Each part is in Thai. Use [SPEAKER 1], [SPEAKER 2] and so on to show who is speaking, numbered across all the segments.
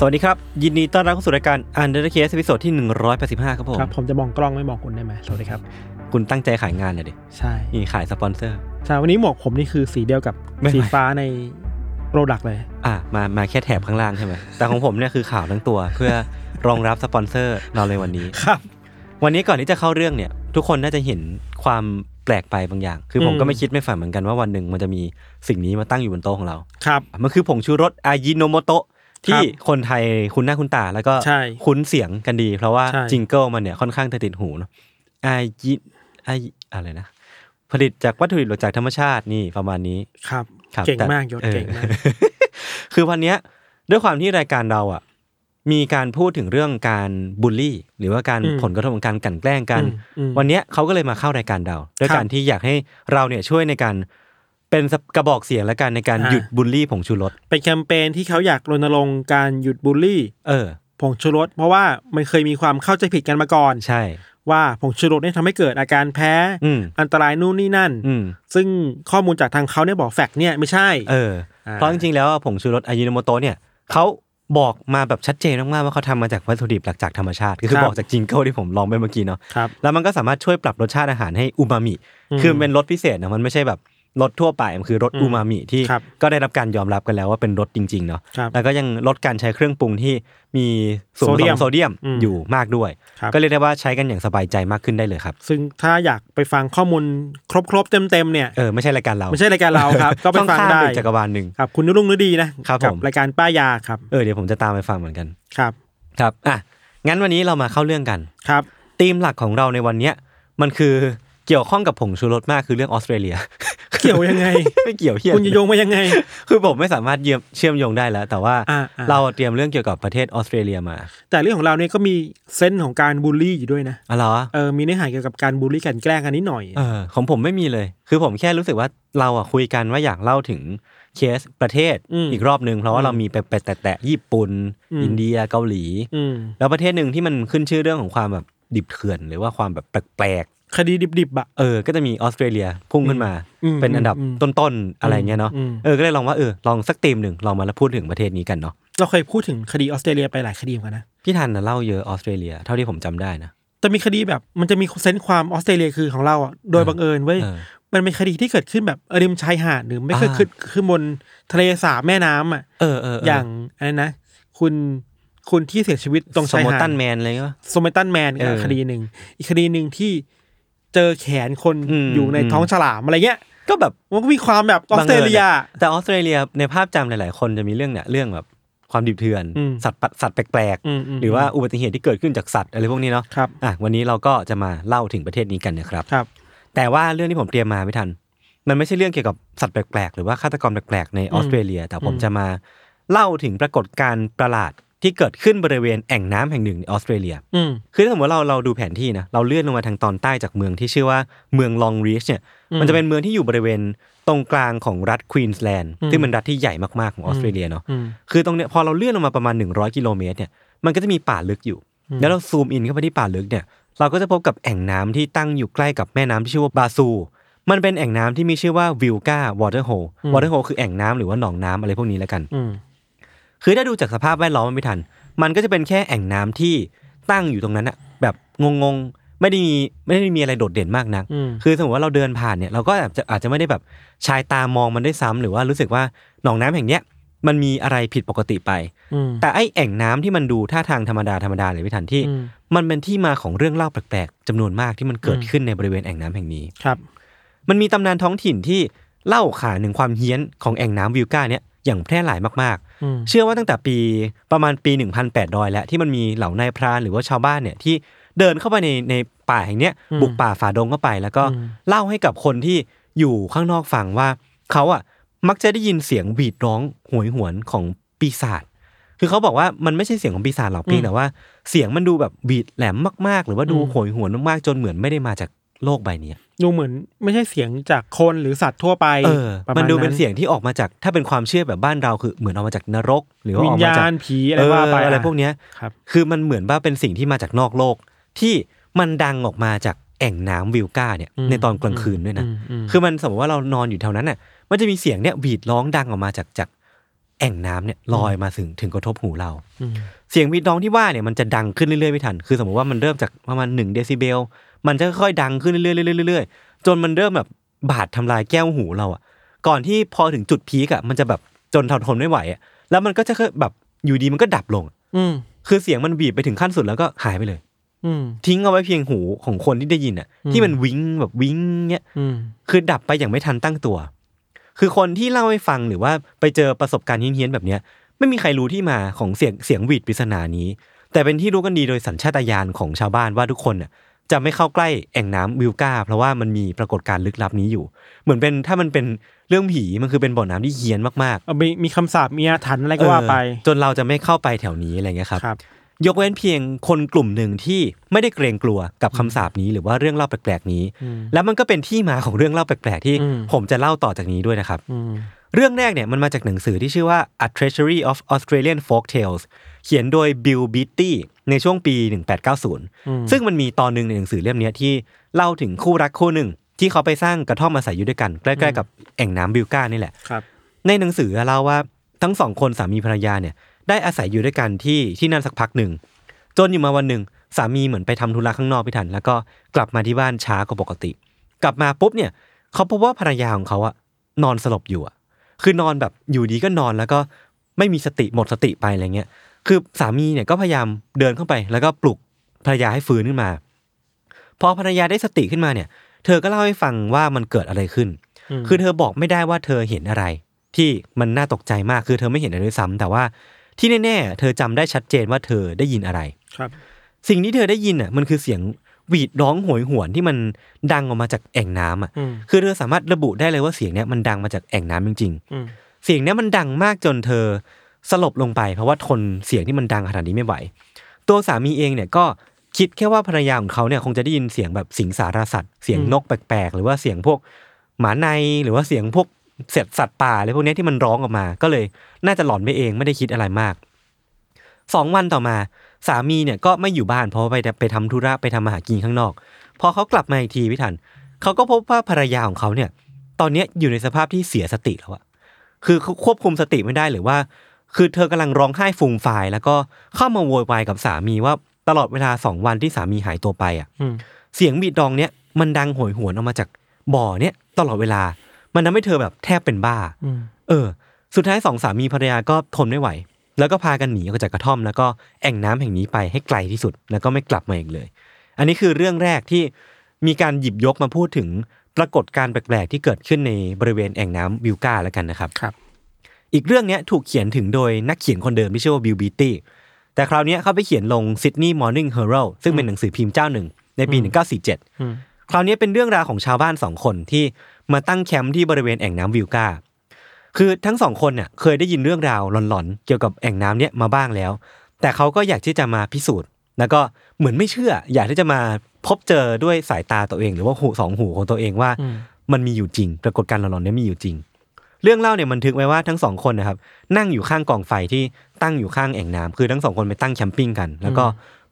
[SPEAKER 1] สวัสดีครับ ยินดีต้อนรับเข้าสู่รายการ Untitled Case ตอนที่ 185 ครับผม
[SPEAKER 2] ครับผมจะมองกล้องไม่มองคุณได้ไหมสวัสดีครับ
[SPEAKER 1] คุณตั้งใจขายงานเลยดิ
[SPEAKER 2] ใช่
[SPEAKER 1] นี่ขายสปอนเซอร์
[SPEAKER 2] ใช่วันนี้หมวกผมนี่คือสีเดียวกับ
[SPEAKER 1] ไม่
[SPEAKER 2] สีฟ้าในโปรดักต์เลย
[SPEAKER 1] อ่ะมามาแค่แถบข้างล่างใช่ไหม แต่ของผมเนี่ยคือข่าวทั้งตัว เพื่อรองรับสปอนเซอร์เราเลยวันนี้
[SPEAKER 2] ครับ
[SPEAKER 1] วันนี้ก่อนที่จะเข้าเรื่องเนี่ย ทุกคนน่าจะเห็นความแปลกไปบางอย่าง คือผม
[SPEAKER 2] อืม
[SPEAKER 1] ก็ไม่คิดไม่ฝันเหมือนกันว่าวันหนึ่งมันจะมีสิ่งนี้มาตั้งอยู่บนโต๊ะของเรา
[SPEAKER 2] ครับ
[SPEAKER 1] มันคือผงชูรสอายิโนโมโตะที่คนไทยคุ้นหน้าคุ้นตา แล้วก็
[SPEAKER 2] ใช่
[SPEAKER 1] คุ้นเสียงกันดี เพราะว่า
[SPEAKER 2] ใช่
[SPEAKER 1] จิงเกิลมันเนี่ยค่อนข้างจะติดหูเนาะอายิอายิอะไรนะ ผลิตจากวัตถุดิบหลักจากธรรมชาตินี่ประมาณนี้
[SPEAKER 2] ครับ
[SPEAKER 1] ครับ
[SPEAKER 2] เก่ง
[SPEAKER 1] แต่
[SPEAKER 2] มากยศ
[SPEAKER 1] ออ
[SPEAKER 2] เก่งมาก
[SPEAKER 1] คือวันเนี้ยด้วยความที่รายการเราอ่ะ มีการพูดถึงเรื่องการบูลลี่ หรือว่าการ
[SPEAKER 2] อืม
[SPEAKER 1] ผลกระทบของการกลั่นแกล้งกัน
[SPEAKER 2] อืมอืม
[SPEAKER 1] วันเนี้ยเขาก็เลยมาเข้ารายการเราด้วย
[SPEAKER 2] ครับ
[SPEAKER 1] การที่อยากให้เราเนี่ยช่วยในการเป็นกระบอกเสียงและกันในการ
[SPEAKER 2] อ่า
[SPEAKER 1] หยุดบูลลี่ผงชูรส
[SPEAKER 2] เป็นแคมเปญที่เขาอยากรณรงค์การหยุดบูลลี่
[SPEAKER 1] เออ
[SPEAKER 2] ผงชูรสเพราะว่ามันเคยมีความเข้าใจผิดกันมาก่อน
[SPEAKER 1] ใช่
[SPEAKER 2] ว่าผงชูรสเนี่ยทำให้เกิดอาการแพ้
[SPEAKER 1] อืม
[SPEAKER 2] อันตรายนู่นนี่นั่น
[SPEAKER 1] อืม
[SPEAKER 2] ซึ่งข้อมูลจากทางเขาเนี่ยบอกแฟกต์เนี่ยไม่ใช่
[SPEAKER 1] เออ
[SPEAKER 2] อ่า
[SPEAKER 1] เพราะจริงๆแล้วอะผงชูรสอายิโนโมโตะเนี่ยเขาบอกมาแบบชัดเจนมากๆว่าเขาทำมาจากวัตถุดิบหลักจากธรรมชาติคือบอกจากจิงเกิลที่ผมลองไปเมื่อกี้เนาะ
[SPEAKER 2] ครับ
[SPEAKER 1] แล้วมันก็สามารถช่วยปรับรสชาติอาหารให้อูมามิ
[SPEAKER 2] อืม
[SPEAKER 1] คือมันเป็นรสพิเศษนะ มันไม่ใช่แบบรสทั่วไป มันคือรส
[SPEAKER 2] อืม
[SPEAKER 1] อูมามิที่
[SPEAKER 2] ครับ
[SPEAKER 1] ก็ได้รับการยอมรับกันแล้วว่าเป็นรสจริงๆเนาะ
[SPEAKER 2] ครับ
[SPEAKER 1] แล้วก็ยังลดการใช้เครื่องปรุงที่มีส่วนผ
[SPEAKER 2] โซเดี
[SPEAKER 1] ส
[SPEAKER 2] ยม
[SPEAKER 1] มโซเดียม
[SPEAKER 2] อืม
[SPEAKER 1] อยู่มากด้วย
[SPEAKER 2] ครับ
[SPEAKER 1] ก็เรียกได้ว่าใช้กันอย่างสบายใจมากขึ้นได้เลยครับ
[SPEAKER 2] ซึ่งถ้าอยากไปฟังข้อมูลครบๆเต็มๆเนี่ย
[SPEAKER 1] เออไม่ใช่รายการเรา
[SPEAKER 2] ไม่ใช่รายการเรา ครับ ก็ไป
[SPEAKER 1] ช่อ
[SPEAKER 2] ฟัง
[SPEAKER 1] ข้าม
[SPEAKER 2] ได้
[SPEAKER 1] อีกจักรวาลหนึ่ง
[SPEAKER 2] ครับ คุณรุ่งฤดีนะครับ กั
[SPEAKER 1] ผม
[SPEAKER 2] รายการป้ายาครับ
[SPEAKER 1] เออเดี๋ยวผมจะตามไปฟังเหมือนกัน
[SPEAKER 2] ครับ
[SPEAKER 1] ครับ อ่ะ งั้นวันนี้เรามาเข้าเรื่องกัน
[SPEAKER 2] ครับ
[SPEAKER 1] ธีมหลักของเราในวันเนี้ยมันคือเกี่ยวข้องกับผงชูรสมากคือเรื่องออสเตรเลีย
[SPEAKER 2] เกี่ยวยังไง
[SPEAKER 1] ไม่เกี่ยวเหีย
[SPEAKER 2] คุณจะโยงมายังไง
[SPEAKER 1] คือผมไม่สามารถเยี่ยมเชื่อมโยงได้แล้ว แต่ว่า
[SPEAKER 2] อ่าอ่า
[SPEAKER 1] เราเตรียมเรื่องเกี่ยวกับประเทศออสเตรเลียมา
[SPEAKER 2] แต่เรื่องของเราเนี่ยก็มีเซนส์ของการบูลลี่อยู่ด้วยนะ
[SPEAKER 1] อ๋อเหรอ
[SPEAKER 2] เออมีเนื้อหาเกี่ยวกับการบูลลี่กลันแกล้งกันนิดหน่อย
[SPEAKER 1] เออของผมไม่มีเลย คือผมแค่รู้สึกว่าเราอ่ะคุยกันว่าอยากเล่าถึงเคสประเทศ
[SPEAKER 2] อืม
[SPEAKER 1] อีกรอบนึงเพราะว่าเรามีไปแตะแตะๆญี่ปุ่น
[SPEAKER 2] อืม
[SPEAKER 1] อินเดียเกาหลี
[SPEAKER 2] อืม
[SPEAKER 1] แล้วประเทศหนึ่งที่มันขึ้นชื่อเรื่องของความแบบดิบเถื่อน หรือว่าความแบบแปลก
[SPEAKER 2] คดีดิบๆอ่ะ
[SPEAKER 1] ๆเออ ก็จะมีออสเตรเลียพุ่งขึ้นมา
[SPEAKER 2] อืม
[SPEAKER 1] เป็นอันดับ
[SPEAKER 2] อืม
[SPEAKER 1] ต้นๆอะไรเงี้ยเนาะ
[SPEAKER 2] อืม
[SPEAKER 1] เออก็เลยลองว่าเออลองสักธีมหนึ่งลองมาแล้วพูดถึงประเทศนี้กันเนาะ
[SPEAKER 2] เราเคยพูดถึงคดีออสเตรเลียไปหลายคดีเหมือนกันนะ
[SPEAKER 1] พี่ทันน่ะเล่าเยอะออสเตรเลียเท่าที่ผมจำได้นะ
[SPEAKER 2] แต่มีคดีแบบมันจะมีเซนส์ความออสเตรเลียคือของเราอ่ะโดยบังเอิญเว้ย
[SPEAKER 1] เออ
[SPEAKER 2] มันเป็นคดีที่เกิดขึ้นแบบริมชายหาดหรือไม่เคยขึ้นขึ้นบนทะเลสาบแม่น้ำอ่ะ
[SPEAKER 1] เออเออเออ
[SPEAKER 2] อ
[SPEAKER 1] อย่าง
[SPEAKER 2] อะไรนะ คุณคุณที่เสียชีวิตตรง
[SPEAKER 1] ส
[SPEAKER 2] ชาย
[SPEAKER 1] มอ
[SPEAKER 2] หาด
[SPEAKER 1] ตันแมนอะไรเงี้ยปะ
[SPEAKER 2] สมัยตันแมน
[SPEAKER 1] เออ
[SPEAKER 2] คดีหนึ่งอีกคดีหนึ่งที่เจอแขนคน
[SPEAKER 1] อืม
[SPEAKER 2] อยู่ในท้องฉลามอะไรเงี้ย
[SPEAKER 1] ก็แบบ
[SPEAKER 2] มันก็มีความแบบออสเตรเลีย
[SPEAKER 1] แต่ออสเตรเลียในภาพจำหลาย ๆ คนจะมีเรื่องเนี่ยเรื่องแบบความดิบเถื่อน
[SPEAKER 2] อืม
[SPEAKER 1] สัตว์ปะสัตว์แปลก
[SPEAKER 2] อืมม
[SPEAKER 1] ๆ หรือว่าอุบัติเหตุที่เกิดขึ้นจากสัตว์อะไรพวกนี้เนาะ
[SPEAKER 2] ครับ
[SPEAKER 1] อ่ะวันนี้เราก็จะมาเล่าถึงประเทศนี้กันนะครับ
[SPEAKER 2] ครับ
[SPEAKER 1] แต่ว่าเรื่องที่ผมเตรียมมาไม่ทัน มันไม่ใช่เรื่องเกี่ยวกับสัตว์แปลก ๆ หรือว่าฆาตกรรมแปลก ๆ ในออสเตรเลีย แต่ผมจะมาเล่าถึงปรากฏการณ์ประหลาดที่เกิดขึ้นบริเวณแอ่งน้ำแห่งหนึ่งในออสเตรเลีย
[SPEAKER 2] อืม
[SPEAKER 1] คือถ้าสมมติเราเราดูแผนที่นะเราเลื่อนลงมาทางตอนใต้จากเมืองที่ชื่อว่าเมืองลองรีชเนี่ย
[SPEAKER 2] อืม
[SPEAKER 1] มันจะเป็นเมืองที่อยู่บริเวณตรงกลางของรัฐควีนสแลนด์
[SPEAKER 2] อืม
[SPEAKER 1] ซึ่งเป็นรัฐที่ใหญ่มากๆของออสเตรเลียเนาะ
[SPEAKER 2] อืม
[SPEAKER 1] คือตรงเนี้ยพอเราเลื่อนลงมาประมาณ 100 กิโลเมตรเนี่ยมันก็จะมีป่าลึกอยู่
[SPEAKER 2] อืม
[SPEAKER 1] แล้วเราซูมอินเข้าไปที่ป่าลึกเนี่ยเราก็จะพบกับแอ่งน้ำที่ตั้งอยู่ใกล้กับแม่น้ำที่ชื่อว่าบาซู มันเป็นแอ่งน้ำที่มีชื่อว่าวิลกาวอเตอร์โฮวอเตอร์โฮคือแอ่งน้ำหรือว่าหนองน้ำอะไรพวกนี้แล้วกัน
[SPEAKER 2] อืม
[SPEAKER 1] คือถ้าดูจากสภาพแวดล้อมมันไม่ทัน มันก็จะเป็นแค่แอ่งน้ำที่ตั้งอยู่ตรงนั้นอะแบบงงๆ ไม่ได้มีไม่ได้มีอะไรโดดเด่นมากนัก
[SPEAKER 2] อืม
[SPEAKER 1] คือสมมติว่าเราเดินผ่านเนี่ยเราก็อาจจะอาจจะไม่ได้แบบชายตามองมันได้วยซ้ำหรือว่ารู้สึกว่าหนองน้ำแห่งเนี้ย มันมีอะไรผิดปกติไป
[SPEAKER 2] อืม
[SPEAKER 1] แต่ไอแอ่งน้ำที่มันดูท่าทางธรรมดาธรรมดาเลยพี่ทันที่
[SPEAKER 2] อืม
[SPEAKER 1] มันเป็นที่มาของเรื่องเล่าแปลกๆจำนวนมากที่มันเกิด
[SPEAKER 2] อืม
[SPEAKER 1] ขึ้นในบริเวณแอ่งน้ำแห่งนี้
[SPEAKER 2] ครับ
[SPEAKER 1] มันมีตำนานท้องถิ่นที่เล่าขานถึงความเฮี้ยนของแอ่งน้ำวิวก้าเนี่ยอย่างแพร่หลายมาก
[SPEAKER 2] อืม
[SPEAKER 1] ๆ เชื่อว่าตั้งแต่ปีประมาณปี 1800 แล้วที่มันมีเหล่านายพรานหรือว่าชาวบ้านเนี่ยที่เดินเข้าไปในในป่าแห่งเนี้ยบุกป่าฝ่าดงเข้าไป แล้วก็เล่าให้กับคนที่อยู่ข้างนอกฟังว่าเขาอ่ะมักจะได้ยินเสียงหวีดร้องโหวยหวนของปีศาจคือเขาบอกว่ามันไม่ใช่เสียงของปีศาจหรอกเพียงแต่ว่าเสียงมันดูแบบหวีดแหลมมากๆ หรือว่าดูโหวยหวนมากๆจนเหมือนไม่ได้มาจากโลกใบเนี้ย
[SPEAKER 2] ดูเหมือนไม่ใช่เสียงจากคนหรือสัตว์ทั่วไป
[SPEAKER 1] เออ
[SPEAKER 2] ประ
[SPEAKER 1] มัน
[SPEAKER 2] มาณ
[SPEAKER 1] ดูเป็น
[SPEAKER 2] นั้น
[SPEAKER 1] เสียงที่ออกมาจากถ้าเป็นความเชื่อแบบบ้านเราคือเหมือนออกมาจากนรก หรือว่า
[SPEAKER 2] วิ
[SPEAKER 1] ออกมา
[SPEAKER 2] ญญา
[SPEAKER 1] จาก
[SPEAKER 2] ณผีอะไรว่าไป
[SPEAKER 1] เอออะไรพวกเนี้ย
[SPEAKER 2] ครับ
[SPEAKER 1] คือมันเหมือนว่าเป็นสิ่งที่มาจากนอกโลก ที่มันดังออกมาจากแอ่งน้ำวิวก้าเนี่ย
[SPEAKER 2] อืม
[SPEAKER 1] ในตอนกลางคืนด้วยนะ
[SPEAKER 2] อืมอืม
[SPEAKER 1] คือมันสมมติว่าเรานอนอยู่แถวนั้นน่ะ มันจะมีเสียงเนี่ยหวีดร้องดังออกมาจากจากแอ่งน้ำเนี่ยลอยมาถึงถึงกระทบหูเรา
[SPEAKER 2] ม
[SPEAKER 1] เสียงหวีดร้องที่ว่าเนี่ยมันจะดังขึ้นเรื่อยๆไม่ทัน คือสมมติว่ามันเริ่มจากประมาณหนึ่งเดซิเบล มันจะค่อยๆดังขึ้นเรื่อยๆเรื่อยๆจนมันเริ่มแบบบาดทำลายแก้วหูเราอ่ะ ก่อนที่พอถึงจุดพีกอ่ะมันจะแบบจนทนทนไม่ไหวอ่ะ แล้วมันก็จะค่อยแบบอยู่ดีมันก็ดับลง
[SPEAKER 2] อืม
[SPEAKER 1] คือเสียงมันบีบไปถึงขั้นสุดแล้วก็หายไปเลย
[SPEAKER 2] อืม
[SPEAKER 1] ทิ้งเอาไว้เพียงหูของคนที่ได้ยินอ่ะ ที่มันวิงแบบวิงเนี้ย
[SPEAKER 2] อืม
[SPEAKER 1] คือดับไปอย่างไม่ทันตั้งตัว คือคนที่เล่าให้ฟังหรือว่าไปเจอประสบการณ์เฮี้ยนๆแบบเนี้ย ไม่มีใครรู้ที่มาของเสียงเสียงหวีดปริศนานี้ แต่เป็นที่รู้กันดีโดยสัญชาตญาณของชาวบ้านว่าทุกคนน่ะจะไม่เข้าใกล้แอ่งน้ำวิวก้า เพราะว่ามันมีปรากฏการณ์ลึกลับนี้อยู่ เหมือนเป็นถ้ามันเป็นเรื่องผีมันคือเป็นบ่อน้ำที่เฮี้ยนมาก
[SPEAKER 2] เอามีมีคำสาปมีอาถรรพ์อะไร
[SPEAKER 1] ๆ
[SPEAKER 2] ก็ว่าไป
[SPEAKER 1] เออจนเราจะไม่เข้าไปแถวนี้อะไรเงี้ยครับ
[SPEAKER 2] ครับ
[SPEAKER 1] ยกเว้นเพียงคนกลุ่มหนึ่งที่ไม่ได้เกรงกลัวกับคำสาปนี้ หรือว่าเรื่องเล่าแปลกๆนี้
[SPEAKER 2] อืม
[SPEAKER 1] แล้วมันก็เป็นที่มาของเรื่องเล่าแปลกๆที่
[SPEAKER 2] อืม
[SPEAKER 1] ผมจะเล่าต่อจากนี้ด้วยนะครับ
[SPEAKER 2] อืม
[SPEAKER 1] เรื่องแรกเนี่ยมันมาจากหนังสือที่ชื่อว่า A Treasury of Australian Folk Tales เขียนโดย Bill Beatty ในช่วงปี 1890 ซึ่งมันมีตอนหนึ่งในหนังสือเล่มเนี้ยที่เล่าถึงคู่รักคู่หนึ่ง ที่เขาไปสร้างกระท่อมอาศัยอยู่ด้วยกันใกล้ๆกับแอ่งน้ำบิลก้านี่แหละ
[SPEAKER 2] ครับ
[SPEAKER 1] ในหนังสือเล่าว่าทั้งสองคนสามีภรรยาเนี่ยได้อาศัยอยู่ด้วยกันที่ที่นั่นสักพักหนึ่ง จนอยู่มาวันหนึ่งสามีเหมือนไปทำธุระข้างนอกไปทัน แล้วก็กลับมาที่บ้านช้ากว่าปกติ กลับมาปุ๊บเนี่ยเขาพบว่าภรรยาของเขาอะนอนสลบอยู่อะคือนอนแบบอยู่ดีก็นอนแล้วก็ไม่มีสติหมดสติไปอะไรเงี้ยคือสามีเนี่ยก็พยายามเดินเข้าไป แล้วก็ปลุกภรรยาให้ฟื้นขึ้นมา พอภรรยาได้สติขึ้นมาเนี่ย เธอก็เล่าให้ฟังว่ามันเกิดอะไรขึ้น คือเธอบอกไม่ได้ว่าเธอเห็นอะไร ที่มันน่าตกใจมากคือเธอไม่เห็นอะไรด้วยซ้ำแต่ว่าที่แน่ๆ เธอจำได้ชัดเจนว่าเธอได้ยินอะไร
[SPEAKER 2] ครับ
[SPEAKER 1] สิ่งที่เธอได้ยินอ่ะมันคือเสียงหวีดร้องโหยหวนที่มันดังออกมาจากแอ่งน้ำอ่ะ
[SPEAKER 2] อืม
[SPEAKER 1] คือเธอสามารถระบุได้เลยว่าเสียงเนี้ยมันดังมาจากแอ่งน้ำจริง
[SPEAKER 2] อืม
[SPEAKER 1] ๆ เสียงเนี้ยมันดังมากจนเธอสลบลงไป เพราะว่าทนเสียงที่มันดังขนาดนี้ไม่ไหว ตัวสามีเองเนี่ยก็คิดแค่ว่าภรรยาของเขาเนี่ยคงจะได้ยินเสียงแบบสิงสารสัตว์เสียงนกแปลกๆ หรือว่าเสียงพวกหมาในหรือว่าเสียงพวกเศษสัตว์ป่าอะไรพวกเนี้ยที่มันร้องออกมา ก็เลยน่าจะหลอนไปเองไม่ได้คิดอะไรมาก สองวันต่อมา สามีเนี่ยก็ไม่อยู่บ้านเพราะว่าไปไปทำธุระไปทำมาหากินข้างนอก พอเขากลับมาอีกทีพี่ทันเขาก็พบว่าภรรยาของเขาเนี่ย ตอนเนี้ยอยู่ในสภาพที่เสียสติแล้วอะคือเขาควบคุมสติไม่ได้หรือว่า คือเธอกำลังร้องไห้ฟูมฟายแล้วก็เข้ามาโวยวายกับสามีว่าตลอดเวลาสองวันที่สามีหายตัวไปอะ
[SPEAKER 2] อืม
[SPEAKER 1] เสียงบีดดองเนี่ยมันดังโหยหวนออกมาจากบ่อเนี่ยตลอดเวลา มันทำให้เธอแบบแทบเป็นบ้า
[SPEAKER 2] อืม
[SPEAKER 1] เออ สุดท้ายสองสามีภรรยาก็ทนไม่ไหว แล้วก็พากันหนีออกจากกระท่อม แล้วก็แอ่งน้ำแห่งนี้ไปให้ไกลที่สุด แล้วก็ไม่กลับมาอีกเลย อันนี้คือเรื่องแรกที่มีการหยิบยกมาพูดถึงปรากฏการณ์แปลกๆที่เกิดขึ้นในบริเวณแอ่งน้ำวิวก้าแล้วกันนะครับ
[SPEAKER 2] ครับ
[SPEAKER 1] อีกเรื่องเนี้ยถูกเขียนถึงโดยนักเขียนคนเดิมที่ชื่อว่าบิลบีตี้แต่คราวเนี้ยเขาไปเขียนลง Sydney Morning Herald ซึ่งเป็นหนังสือพิมพ์เจ้าหนึ่งในปี
[SPEAKER 2] อืม
[SPEAKER 1] 1947 คราวเนี้ยเป็นเรื่องราวของชาวบ้านสองคนที่มาตั้งแคมป์ที่บริเวณแอ่งน้ำวิวกาคือทั้งสองคนเนี่ยเคยได้ยินเรื่องราวหลอนๆ เกี่ยวกับแอ่งน้ำเนี้ยมาบ้างแล้ว แต่เขาก็อยากที่จะมาพิสูจน์ แล้วก็เหมือนไม่เชื่อ อยากที่จะมาพบเจอด้วยสายตาตัวเอง หรือว่าหูสองหูของตัวเองว่า
[SPEAKER 2] อืม
[SPEAKER 1] มันมีอยู่จริง ปรากฏการณ์หลอนๆเนี้มีอยู่จริง เรื่องเล่าเนี่ยบันทึกไว้ว่าทั้งสองคนนะครับ นั่งอยู่ข้างกองไฟที่ตั้งอยู่ข้างแอ่งน้ำคือทั้งสองคนไปตั้งแคมปิ้งกัน แล้วก็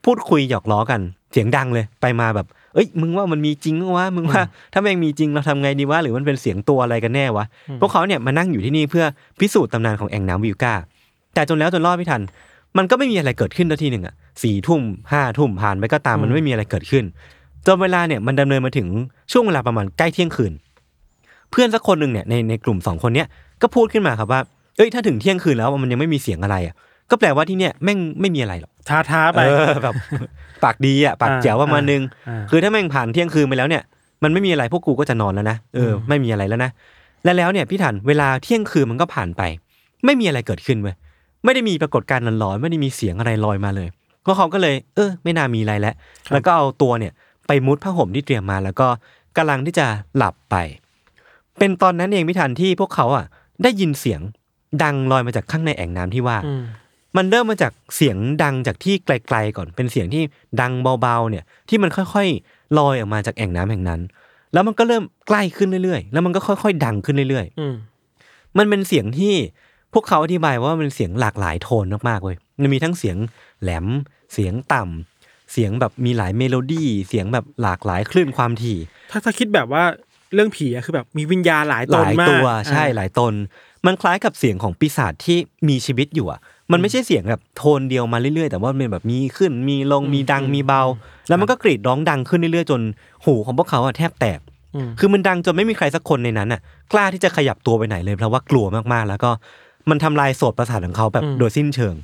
[SPEAKER 1] พูดคุยหยอกล้อกัน เสียงดังเลยไปมาแบบ เอ้ย มึงว่ามันมีจริงวะมึงว่า ถ้าแม่งมีจริงเราทำไงดีวะหรือมันเป็นเสียงตัวอะไรกันแน่วะพวกเขาเนี่ยมานั่งอยู่ที่นี่เพื่อพิสูจน์ตำนานของแอ่งน้ำวิวก้า แต่จนแล้วจนรอดไม่ทัน มันก็ไม่มีอะไรเกิดขึ้นทันทีหนึ่งอะสี่ทุ่มห้าทุ่มผ่านไปก็ตามมันไม่มีอะไรเกิดขึ้น จนเวลาเนี่ยมันดำเนินมาถึงช่วงเวลาประมาณใกล้เที่ยงคืน เพื่อนสักคนหนึ่งเนี่ยในในกลุ่มสองคนเนี้ยก็พูดขึ้นมาครับว่า เอ้ยถ้าถึงเที่ยงคืนแล้วมันยังไม่มีเสียงอะไรอ่ะก็แปลว่าที่เนี่ยแม่งไม่มีอะไรหรอก
[SPEAKER 2] ท้าท้าๆไป
[SPEAKER 1] เออแบบ ปากดีอ่ะปากแจ๋วประมาณนึง
[SPEAKER 2] อ่า
[SPEAKER 1] คือถ้าแม่งผ่านเที่ยงคืนไปแล้วเนี่ยมันไม่มีอะไรพวกกูก็จะนอนแล้วนะเอออ
[SPEAKER 2] ม
[SPEAKER 1] ไม่มีอะไรแล้วนะและแล้วเนี่ยพี่ถันเวลาเที่ยงคืนมันก็ผ่านไป ไม่มีอะไรเกิดขึ้นเว้ยไม่ได้มีปรากฏการณ์หลอนๆไม่ได้มีเสียงอะไรลอยมาเลยก็เขาก็เลย เออ ไม่น่ามีอะไรแล้วแล้วก็เอาตัวเนี่ย ไปมุดผ้าห่มที่เตรียมมาแล้วก็กำลังที่จะหลับไป เป็นตอนนั้นเองพี่ทันที่พวกเขาอ่ะ ได้ยินเสียงดังลอยมาจากข้างในแอ่งน้ำที่ว่า
[SPEAKER 2] อืม
[SPEAKER 1] มันเริ่มมาจากเสียงดังจากที่ไกลๆก่อนเป็นเสียงที่ดังเบาๆเนี่ยที่มันค่อยๆลอยออกมาจากแอ่งน้ำแห่งนั้น แล้วมันก็เริ่มใกล้ขึ้นเรื่อยๆ แล้วมันก็ค่อยๆ ดังขึ้นเรื่อย
[SPEAKER 2] อืม
[SPEAKER 1] ๆ มันเป็นเสียงที่พวกเขาอธิบายว่ามันเป็นเสียงหลากหลายโทนมากๆเว้ยมันมีทั้งเสียงแหลมเสียงต่ำเสียงแบบมีหลายเมโลดี้เสียงแบบหลากหลายคลื่นความถี่
[SPEAKER 2] ถ้าถ้าคิดแบบว่าเรื่องผีอะคือแบบมีวิญญาณหลาย
[SPEAKER 1] ห
[SPEAKER 2] ตน
[SPEAKER 1] ลาย
[SPEAKER 2] มาก
[SPEAKER 1] ตัวใช่
[SPEAKER 2] อ่า
[SPEAKER 1] หลายตน มันคล้ายกับเสียงของปีศาจที่มีชีวิตอยู่อ่ะ มันไม่ใช่เสียงแบบโทนเดียวมาเรื่อยๆ แต่ว่ามันเป็นแบบมีขึ้นมีลงมีดังมีเบา แล้วมันก็กรีดร้องดังขึ้นเรื่อยๆ จนหูของพวกเขาอะแทบแตก
[SPEAKER 2] อืม
[SPEAKER 1] คือมันดังจนไม่มีใครสักคนในนั้นอ่ะ กล้าที่จะขยับตัวไปไหนเลยเพราะว่ากลัวมากๆ แล้วก็มันทำลายโสตประสาทของเขาแบบโดยสิ้นเชิง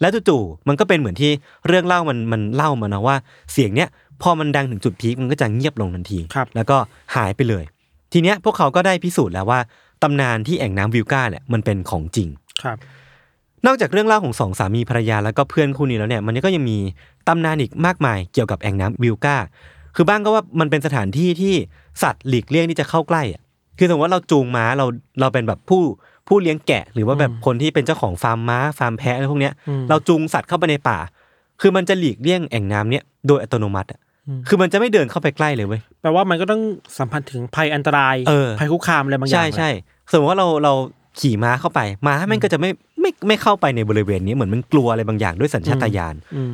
[SPEAKER 1] แล้วจู่ๆมันก็เป็นเหมือนที่เรื่องเล่ามันมันเล่ามานะว่าเสียงเนี้ยพอมันดังถึงจุดพีคมันก็จะเงียบลงทันที
[SPEAKER 2] ครับ
[SPEAKER 1] แล้วก็หายไปเลย ทีเนี้ยพวกเขาก็ได้พิสูจน์แล้วว่าตำนานที่แอ่งน้ำวิวก้าเนี่ยมันเป็นของจริง
[SPEAKER 2] ครับ
[SPEAKER 1] นอกจากเรื่องเล่าของสองสามีภรรยาแล้วก็เพื่อนคู่นี้แล้วเนี่ยมันก็ยังมีตำนานอีกมากมายเกี่ยวกับแอ่งน้ำวิวก้า คือบ้างก็ว่ามันเป็นสถานที่ที่สัตว์หลีกเลี่ยงที่จะเข้าใกล้อะคือสมมติว่าเราจูงม้าเราเราเป็นแบบผู้ผู้เลี้ยงแกะ หรือว่าแบบคนที่เป็นเจ้าของฟาร์มม้าฟาร์มแพะอะไรพวกเนี้ยเราจูงสัตว์เข้าไปในป่า คือมันจะหลีกเลี่ยงแอ่งน้ำเนี่ยโดยอัตโนมัติอะคือมันจะไม่เดินเข้าไปใกล้เลยเว้ย
[SPEAKER 2] แปลว่ามันก็ต้องสัมผัสถึงภัยอันตราย
[SPEAKER 1] เออ
[SPEAKER 2] ภัยคุกคามอะไรบางอย่าง
[SPEAKER 1] ใช่ใช่สมมติว่าเราเราขี่ม้าเข้าไป ม้าแม่งก็จะไม่ไม่ไม่เข้าไปในบริเวณนี้เหมือนมันกลัวอะไรบางอย่างด้วยสัญชาตญาณ
[SPEAKER 2] อืม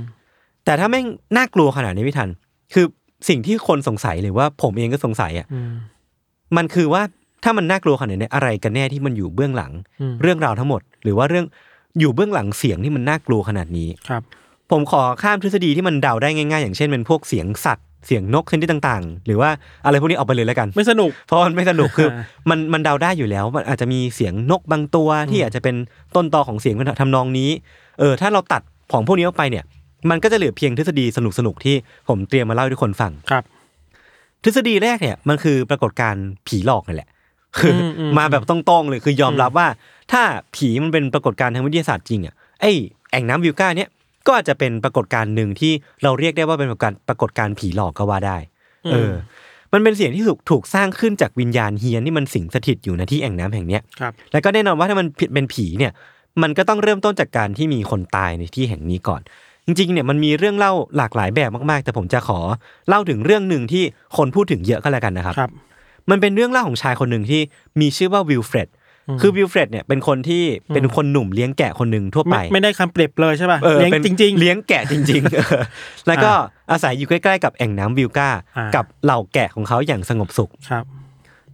[SPEAKER 1] แต่ถ้าแม่งน่ากลัวขนาดนี้พี่ทัน คือสิ่งที่คนสงสัยหรือว่าผมเองก็สงสัยอ่ะ
[SPEAKER 2] อืม
[SPEAKER 1] มันคือว่าถ้ามันน่ากลัวขนาดนี้อะไรกันแน่ที่มันอยู่เบื้องหลัง
[SPEAKER 2] อืม
[SPEAKER 1] เรื่องราวทั้งหมด หรือว่าเรื่องอยู่เบื้องหลังเสียงที่มันน่ากลัวขนาดนี้
[SPEAKER 2] ครับ
[SPEAKER 1] ผมขอข้ามทฤษฎีที่มันเดาได้ง่ายๆ อย่างเช่นเป็นพวกเสียงสัตว์ เสียงนกชนิดต่างๆ หรือว่าอะไรพวกนี้ออกไปเลยแล้วกัน
[SPEAKER 2] ไม่สนุก
[SPEAKER 1] เพราะมันไม่สนุกคือ
[SPEAKER 2] อ่า
[SPEAKER 1] มันมันเดาได้อยู่แล้ว มันอาจจะมีเสียงนกบางตัวที่อาจจะเป็นต้นตอของเสียงทำนองนี้ เออถ้าเราตัดของพวกนี้ออกไปเนี่ย มันก็จะเหลือเพียงทฤษฎีสนุกๆที่ผมเตรียมมาเล่าให้ทุกคนฟัง
[SPEAKER 2] ครับ
[SPEAKER 1] ทฤษฎีแรกเนี่ยมันคือปรากฏการณ์ผีหลอกนั่นแหละ คือ
[SPEAKER 2] มอืม
[SPEAKER 1] มาแบบตรงๆเลยคือยอมรับว่า ถ้าผีมันเป็นปรากฏการณ์ทางวิทยาศาสตร์จริงอ่ะไอแอ่งน้ำวิวก้าเนี่ยก็อาจจะเป็นปรากฏการณ์หนึ่งที่เราเรียกได้ว่าเป็นปรากฏการณ์ปรากฏการณ์ผีหลอกก็ว่าได้ เออ มันเป็นเสียงที่ถูกถูกสร้างขึ้นจากวิญญาณเฮียนที่มันสิงสถิตอยู่ในที่แอ่งน้ำแห่งเนี้ย
[SPEAKER 2] ครับ
[SPEAKER 1] แล้วก็แน่นอนว่าถ้ามันผิดเป็นผีเนี่ยมันก็ต้องเริ่มต้นจากการที่มีคนตายในที่แห่งนี้ก่อน จริงๆเนี่ยมันมีเรื่องเล่าหลากหลายแบบมากๆ แต่ผมจะขอเล่าถึงเรื่องหนึ่งที่คนพูดถึงเยอะก็แล้วกันนะครับ
[SPEAKER 2] ครับ
[SPEAKER 1] มันเป็นเรื่องเล่าของชายคนหนึ่งที่มีชื่อว่าวิลเฟรดคือวิลเฟรดเนี่ยเป็นคนที่เป็นคนหนุ่มเลี้ยงแกะคนหนึ่งทั่วไป
[SPEAKER 2] ไม่ไม่ได้คำเปรียบเลยใช่ป่ะ
[SPEAKER 1] ออ
[SPEAKER 2] เลี้ยง
[SPEAKER 1] ป็น
[SPEAKER 2] จริง
[SPEAKER 1] เลี้ยงแกะจริงๆเออแล้วก็อาศัยอยู่ใกล้ๆกับแอ่งน้ำวิวก้า
[SPEAKER 2] อ่ากั
[SPEAKER 1] กับเหล่าแกะของเขาอย่างสงบสุข
[SPEAKER 2] ๆ ครับ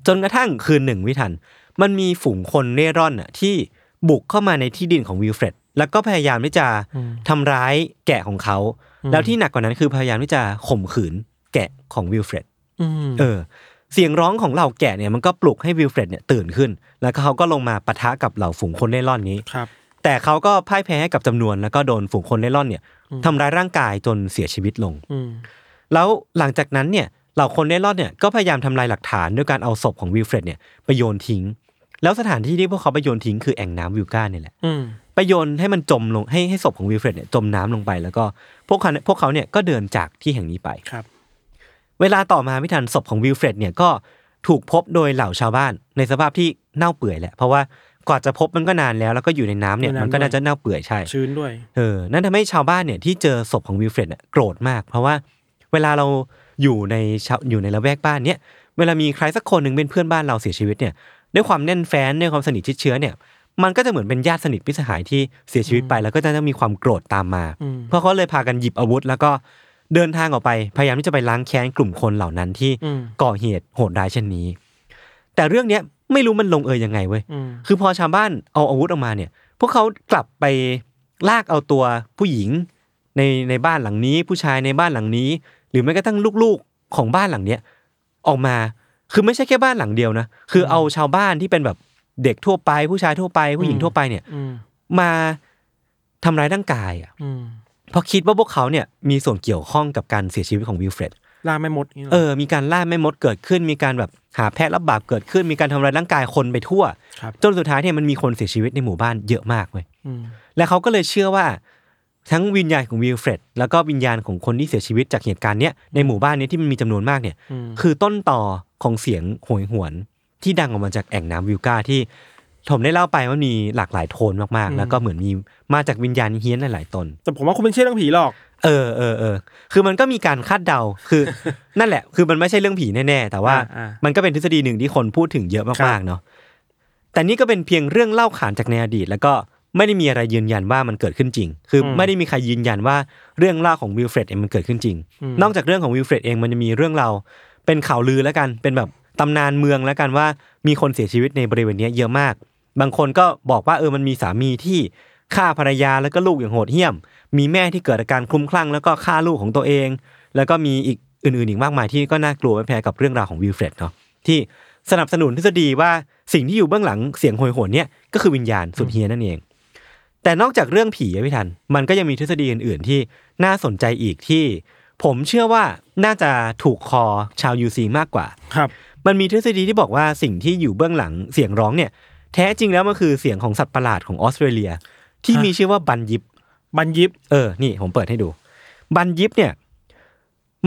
[SPEAKER 1] จนกระทั่งคืนหนึ่งวิทัน มันมีฝูงคนเร่ร่อนน่ะที่บุกเข้ามาในที่ดินของวิลเฟรดแล้วก็พยายามที่จะทำร้ายแกะของเขา แล้วที่หนักกว่านั้นคือพยายามที่จะข่มขืนแกะของวิลเฟรด
[SPEAKER 2] อืม
[SPEAKER 1] เออเสียงร้องของเหล่าแกะเนี่ยมันก็ปลุกให้วิลเฟรดเนี่ยตื่นขึ้น แล้วก็เขาก็ลงมาปะทะกับเหล่าฝูงคนเล่ร่อนนี้
[SPEAKER 2] ครับ
[SPEAKER 1] แต่เขาก็พ่ายแพ้ให้กับจำนวนแล้วก็โดนฝูงคนเล่ร่อนเนี่ยทำร้ายร่างกายจนเสียชีวิตลง
[SPEAKER 2] อืม
[SPEAKER 1] แล้วหลังจากนั้นเนี่ยเหล่าคนเล่ร่อนเนี่ยก็พยายามทำลายหลักฐานด้วยการเอาศพของวิลเฟรดเนี่ยไปโยนทิ้ง แล้วสถานที่ที่พวกเขาไปโยนทิ้งคือแอ่งน้ำวิลก้าเนี่ยแหละ
[SPEAKER 2] อืม
[SPEAKER 1] ไปโยนให้มันจมลงให้ให้ศพของวิลเฟรดเนี่ยจมน้ำลงไปแล้วก็พวกเขาพวกเขาเนี่ยก็เดินจากที่แห่งนี้ไป
[SPEAKER 2] ครับ
[SPEAKER 1] เวลาต่อมาไม่ทันศพของวิลเฟรดเนี่ยก็ถูกพบโดยเหล่าชาวบ้าน ในสภาพที่เน่าเปื่อยแหละเพราะว่ากว่าจะพบมันก็นานแล้วแล้วก็อยู่ในน้ำเนี่ย
[SPEAKER 2] ในน้ำ
[SPEAKER 1] มันก็น่าจะเน่าเปื่อยใช่
[SPEAKER 2] ชื้นด้วย
[SPEAKER 1] เออนั่นทำให้ชาวบ้านเนี่ยที่เจอศพของวิลเฟรดเนี่ยโกรธมาก เพราะว่าเวลาเราอยู่ในชาวอยู่ในละแวกบ้านเนี่ยเวลามีใครสักคนหนึ่งเป็นเพื่อนบ้านเราเสียชีวิตเนี่ยด้วยความแน่นแฟ้นด้วยความสนิทชิดเชื้อเนี่ยมันก็จะเหมือนเป็นญาติสนิทพิตรสหายที่เสียชีวิตไปแล้วก็จะต้องมีความโกรธตามมา
[SPEAKER 2] อืม
[SPEAKER 1] เพราะเขาเลยพากันหยิบอาวุธ แล้วก็เดินทางออกไปพยายามที่จะไปล้างแค้นกลุ่มคนเหล่านั้นที่
[SPEAKER 2] อืม
[SPEAKER 1] ก่อเหตุโหดร้ายเช่นนี้ แต่เรื่องเนี้ยไม่รู้มันลงเอยยังไงเว้ย
[SPEAKER 2] อืม
[SPEAKER 1] คือพอชาวบ้านเอาอาวุธออกมาเนี่ย พวกเขากลับไปลากเอาตัวผู้หญิงในในบ้านหลังนี้ ผู้ชายในบ้านหลังนี้ หรือแม้กระทั่งลูกๆของบ้านหลังเนี้ยออกมาคือไม่ใช่แค่บ้านหลังเดียวนะคือเอาชาวบ้านที่เป็นแบบ เด็กทั่วไปผู้ชายทั่วไป ผู้หญิง
[SPEAKER 2] อืม
[SPEAKER 1] ทั่วไปเนี่ย
[SPEAKER 2] อืม
[SPEAKER 1] มาทำร้ายร่างกายอ่ะ
[SPEAKER 2] อืม
[SPEAKER 1] เพราะคิดว่าพวกเขาเนี่ยมีส่วนเกี่ยวข้องกับการเสียชีวิตของวิลเฟรด
[SPEAKER 2] ล่าไม่หมดอย่างงี้หร
[SPEAKER 1] เออ มีการล่าแม่มดเกิดขึ้น มีการแบบหาแพะรับบาปเกิดขึ้น มีการทำร้ายร่างกายคนไปทั่ว
[SPEAKER 2] ครับ
[SPEAKER 1] จนสุดท้ายเนี่ยมันมีคนเสียชีวิตในหมู่บ้านเยอะมากเว้ย
[SPEAKER 2] อืม
[SPEAKER 1] และเขาก็เลยเชื่อว่า ทั้งวิญญาณของวิลเฟรด แล้วก็วิญญาณของคนที่เสียชีวิตจากเหตุการณ์เนี้ยในหมู่บ้านเนี้ยที่มันมีจำนวนมากเนี่ย
[SPEAKER 2] อืม
[SPEAKER 1] คือต้นต่อของเสียงโหยหวน ที่ดังออกมาจากแอ่งน้ำวิลกาที่ผมได้เล่าไปว่ามีหลากหลายโทนมากๆ แล้วก็เหมือนมีมาจากวิญญาณเฮี้ยนหลายๆตน
[SPEAKER 2] แต่ผมว่าคุณเป็นเชื่อเรื่องผีหรอก
[SPEAKER 1] เออเออเออคือมันก็มีการคาดเดา คือ นั่นแหละ คือมันไม่ใช่เรื่องผีแน่ๆ แต่ว่า
[SPEAKER 2] อ่าอ่ามั
[SPEAKER 1] มันก็เป็นทฤษฎีหนึ่งที่คนพูดถึงเยอะ
[SPEAKER 2] ครั
[SPEAKER 1] มาก
[SPEAKER 2] บ
[SPEAKER 1] ๆเนาะแต่นี่ก็เป็นเพียงเรื่องเล่าขานจากในอดีต แล้วก็ไม่ได้มีอะไรยืนยันว่ามันเกิดขึ้นจริง คืออไม่ได้มีใครยืนยันว่าเรื่องเล่าของวิลเฟรดเองมันเกิดขึ้นจริง นอกจากเรื่องของวิลเฟรดเองมันจะมีเรื่องเราวเป็นข่าวลือแล้วกันเป็นแบบตำนานเมืองแล้วกันว่ามีคนเสียชีวิตในบริเวณเนี้ยเยอะมาก บางคนก็บอกว่าเออมันมีสามีที่ฆ่าภรรยาแล้วก็ลูกอย่างโหดเหี้ยม มีแม่ที่เกิดอาการคลุ้มคลั่งแล้วก็ฆ่าลูกของตัวเอง แล้วก็มีอีกอื่นๆอีกมากมายที่ก็น่ากลัวไม่แพ้กับเรื่องราวของวิลเฟรดเนาะที่สนับสนุนทฤษฎีว่าสิ่งที่อยู่เบื้องหลังเสียงโหยหวนเนี่ยก็คือวิญญาณสุดเฮี้ยนนั่นเอง แต่นอกจากเรื่องผีอะพี่ทัน มันก็ยังมีทฤษฎีอื่นๆ ที่น่าสนใจอีกที่ ผมเชื่อว่าน่าจะถูกคอชาวยูซีมากกว่า
[SPEAKER 2] ครับ
[SPEAKER 1] มันมีทฤษฎีที่บอกว่าสิ่งที่อยู่เบื้องหลังเสียงร้องเนี่ย แท้จริงแล้วมันคือเสียงของสัตว์ประหลาดของออสเตรเลีย ที่
[SPEAKER 2] ฮะ
[SPEAKER 1] มีชื่อว่าบันยิป
[SPEAKER 2] บันยิป
[SPEAKER 1] เออ นี่ผมเปิดให้ดู บันยิปเนี่ย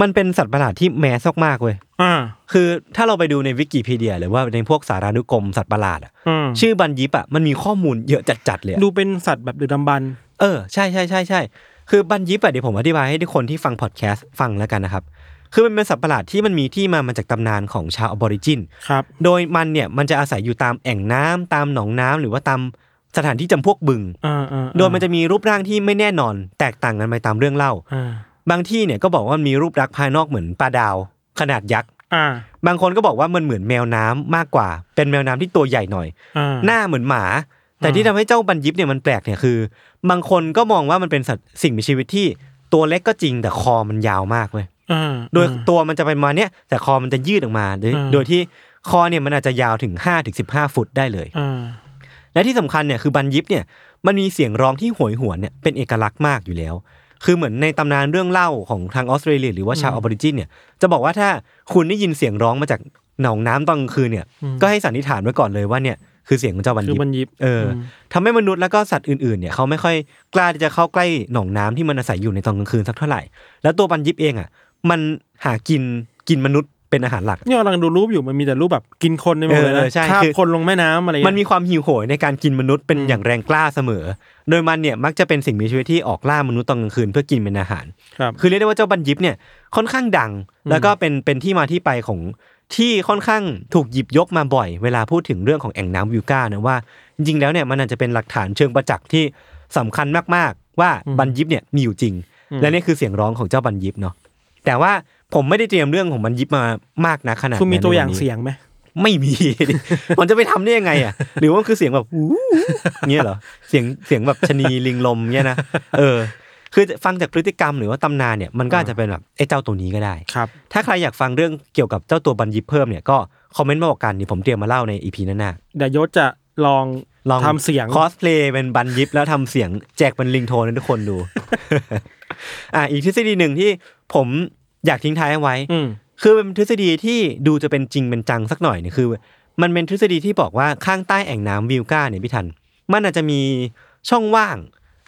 [SPEAKER 1] มันเป็นสัตว์ประหลาดที่แมสมากๆเว้ย
[SPEAKER 2] อ่า
[SPEAKER 1] คือถ้าเราไปดูในวิกิพีเดีย หรือว่าในพวกสารานุกรมสัตว์ประหลาดอะ
[SPEAKER 2] อืม
[SPEAKER 1] ชื่อบันยิปอะมันมีข้อมูลเยอะจัดๆเลยอะ
[SPEAKER 2] ดูเป็นสัตว์แบบดึกดำบรรพ์
[SPEAKER 1] เออ ใช่ใช่ใช่ใช่ คือบันยิปอะเดี๋ยวผมอธิบายให้ทุกคนที่ฟังพอดแคสต์ฟังแล้วกันนะครับ คือมันเป็นสัตว์ประหลาดที่มันมีที่มามาจากตำนานของชาวอบอริจิน
[SPEAKER 2] ครับ
[SPEAKER 1] โดยมันเนี่ยมันจะอาศัยอยู่ตามแอ่งน้ำตามหนองน้ำหรือว่าตามสถานที่จำพวกบึง
[SPEAKER 2] อ่าอ่าอ่า
[SPEAKER 1] โดยมันจะมีรูปร่างที่ไม่แน่นอน แตกต่างกันไปตามเรื่องเล่า
[SPEAKER 2] อ่า
[SPEAKER 1] บางที่เนี่ยก็บอกว่ามีรูปลักษณ์ภายนอกเหมือนปลาดาว ขนาดยักษ์
[SPEAKER 2] อ่า
[SPEAKER 1] บางคนก็บอกว่ามันเหมือนแมวน้ำมากกว่า เป็นแมวน้ำที่ตัวใหญ่หน่อย
[SPEAKER 2] อ่า
[SPEAKER 1] หน้าเหมือนหมา แต่ที่ทำให้เจ้าบันยิปเนี่ยมันแปลกเนี่ยคือ บางคนก็มองว่ามันเป็นสัตว์สิ่งมีชีวิตที่ตัวเล็กก็จริงแต่คอมันยาวมากเลย
[SPEAKER 2] อ่า
[SPEAKER 1] โดยตัวมันจะเป็นประมาณเนี้ยแต่คอมันจะยืดออกมา โดย
[SPEAKER 2] อืม
[SPEAKER 1] โดยที่คอเนี่ยมันอาจจะยาวถึง5้าถึงสิฟุตได้เลย
[SPEAKER 2] อ่า
[SPEAKER 1] และที่สำคัญเนี่ยคือบันยิปเนี่ยมันมีเสียงร้องที่โหยหวนเนี่ยเป็นเอกลักษณ์มากอยู่แล้ว คือเหมือนในตำนานเรื่องเล่าของทางออสเตรเลียหรือว่าชาวออริจินเนี่ยจะบอกว่าถ้าคุณได้ยินเสียงร้องมาจากหนองน้ำตอนกลางคืนเนี่ยก็ให้สันนิษฐานไว้ก่อนเลยว่าเนี่ยคือเสียงของเจ้าบัน
[SPEAKER 2] คือ
[SPEAKER 1] ยิป
[SPEAKER 2] บันยิป
[SPEAKER 1] เอออทำให้มนุษย์แล้วก็สัตว์อื่นๆเนี่ยเขาไม่ค่อยกล้าที่จะเข้าใกล้หนองน้ำที่มันอาศัยอยู่ในตอนกลางคืนสักเท่าไหร่ แล้วตัวบันยิปเองอ่ะมันหากินกินมนุษย์เป็นอาหารหลัก
[SPEAKER 2] เนี่ยกำลังดูรูปอยู่มันมีแต่รูปแบบกินคนในหมดเลย
[SPEAKER 1] เอ
[SPEAKER 2] นะ
[SPEAKER 1] อใช่
[SPEAKER 2] ฆ่า
[SPEAKER 1] คือ
[SPEAKER 2] คนลงแม่น้ำอะไรอย่าง
[SPEAKER 1] มันมีความหิวโหยในการกินมนุษย์เป็นอย่างแรงกล้าเสมอ โดยมันเนี่ยมักจะเป็นสิ่งมีชีวิตที่ออกล่ามนุษย์ตอนกลางคืนเพื่อกินเป็นอาหาร
[SPEAKER 2] ครับ
[SPEAKER 1] คือเรียกได้ว่าเจ้าบันยิปเนี่ยค่อนข้างดัง แล้วก็เป็นเป็นที่มาที่ไปของที่ค่อนข้างถูกหยิบยกมาบ่อย เวลาพูดถึงเรื่องของแอ่งน้ำวิวก้านะว่า จริงๆแล้วเนี่ยมันอาจจะเป็นหลักฐานเชิงประจักษ์ที่สำคัญมากๆ ว่าบันยิปเนี่ยมีอยู่จริง และนี่คือเสียงร้องของเจ้าบันยิปเนาะแต่ว่าผมไม่ได้เตรียมเรื่องของบันยิปมามากนะขนาดนั้น
[SPEAKER 2] คุณมีตัวอย่าง
[SPEAKER 1] ในนนี้
[SPEAKER 2] เสียงไหม
[SPEAKER 1] ไม่มี มันจะไปทำได้ยังไงอ่ะ หรือว่าคือเสียงแบบ อู้เงี้ยเหรอ เสียงเสียงแบบชะนีลิงลมเงี้ยนะ เออ คือฟังจากพฤติกรรมหรือว่าตำนานเนี่ยมันก็อาจจะเป็นแบบไอ้เจ้าตัวนี้ก็ได้
[SPEAKER 2] ครับ
[SPEAKER 1] ถ้าใครอยากฟังเรื่องเกี่ยวกับเจ้าตัวบันยิปเพิ่มเนี่ยก็คอมเมนต์มาบอกกันนี่ผมเตรียมมาเล่าในอีพีหน้า
[SPEAKER 2] เดี๋ยวยศจะลอง
[SPEAKER 1] ๆลอง
[SPEAKER 2] ทำเสียง
[SPEAKER 1] คอสเพลย์เป็นบันยิปแล้วทำเสียงแจกเป็นลิงโทนให้ทุกคนดู อ่ะอีกทฤษฎีหนึ่งที่ผมอยากทิ้งท้ายเอาไว้
[SPEAKER 2] อืม
[SPEAKER 1] คือเป็นทฤษฎีที่ดูจะเป็นจริงเป็นจังสักหน่อยเนี่ยคือ มันเป็นทฤษฎีที่บอกว่าข้างใต้แอ่งน้ำวิลก้าเนี่ยพี่ทัน มันอาจจะมีช่องว่าง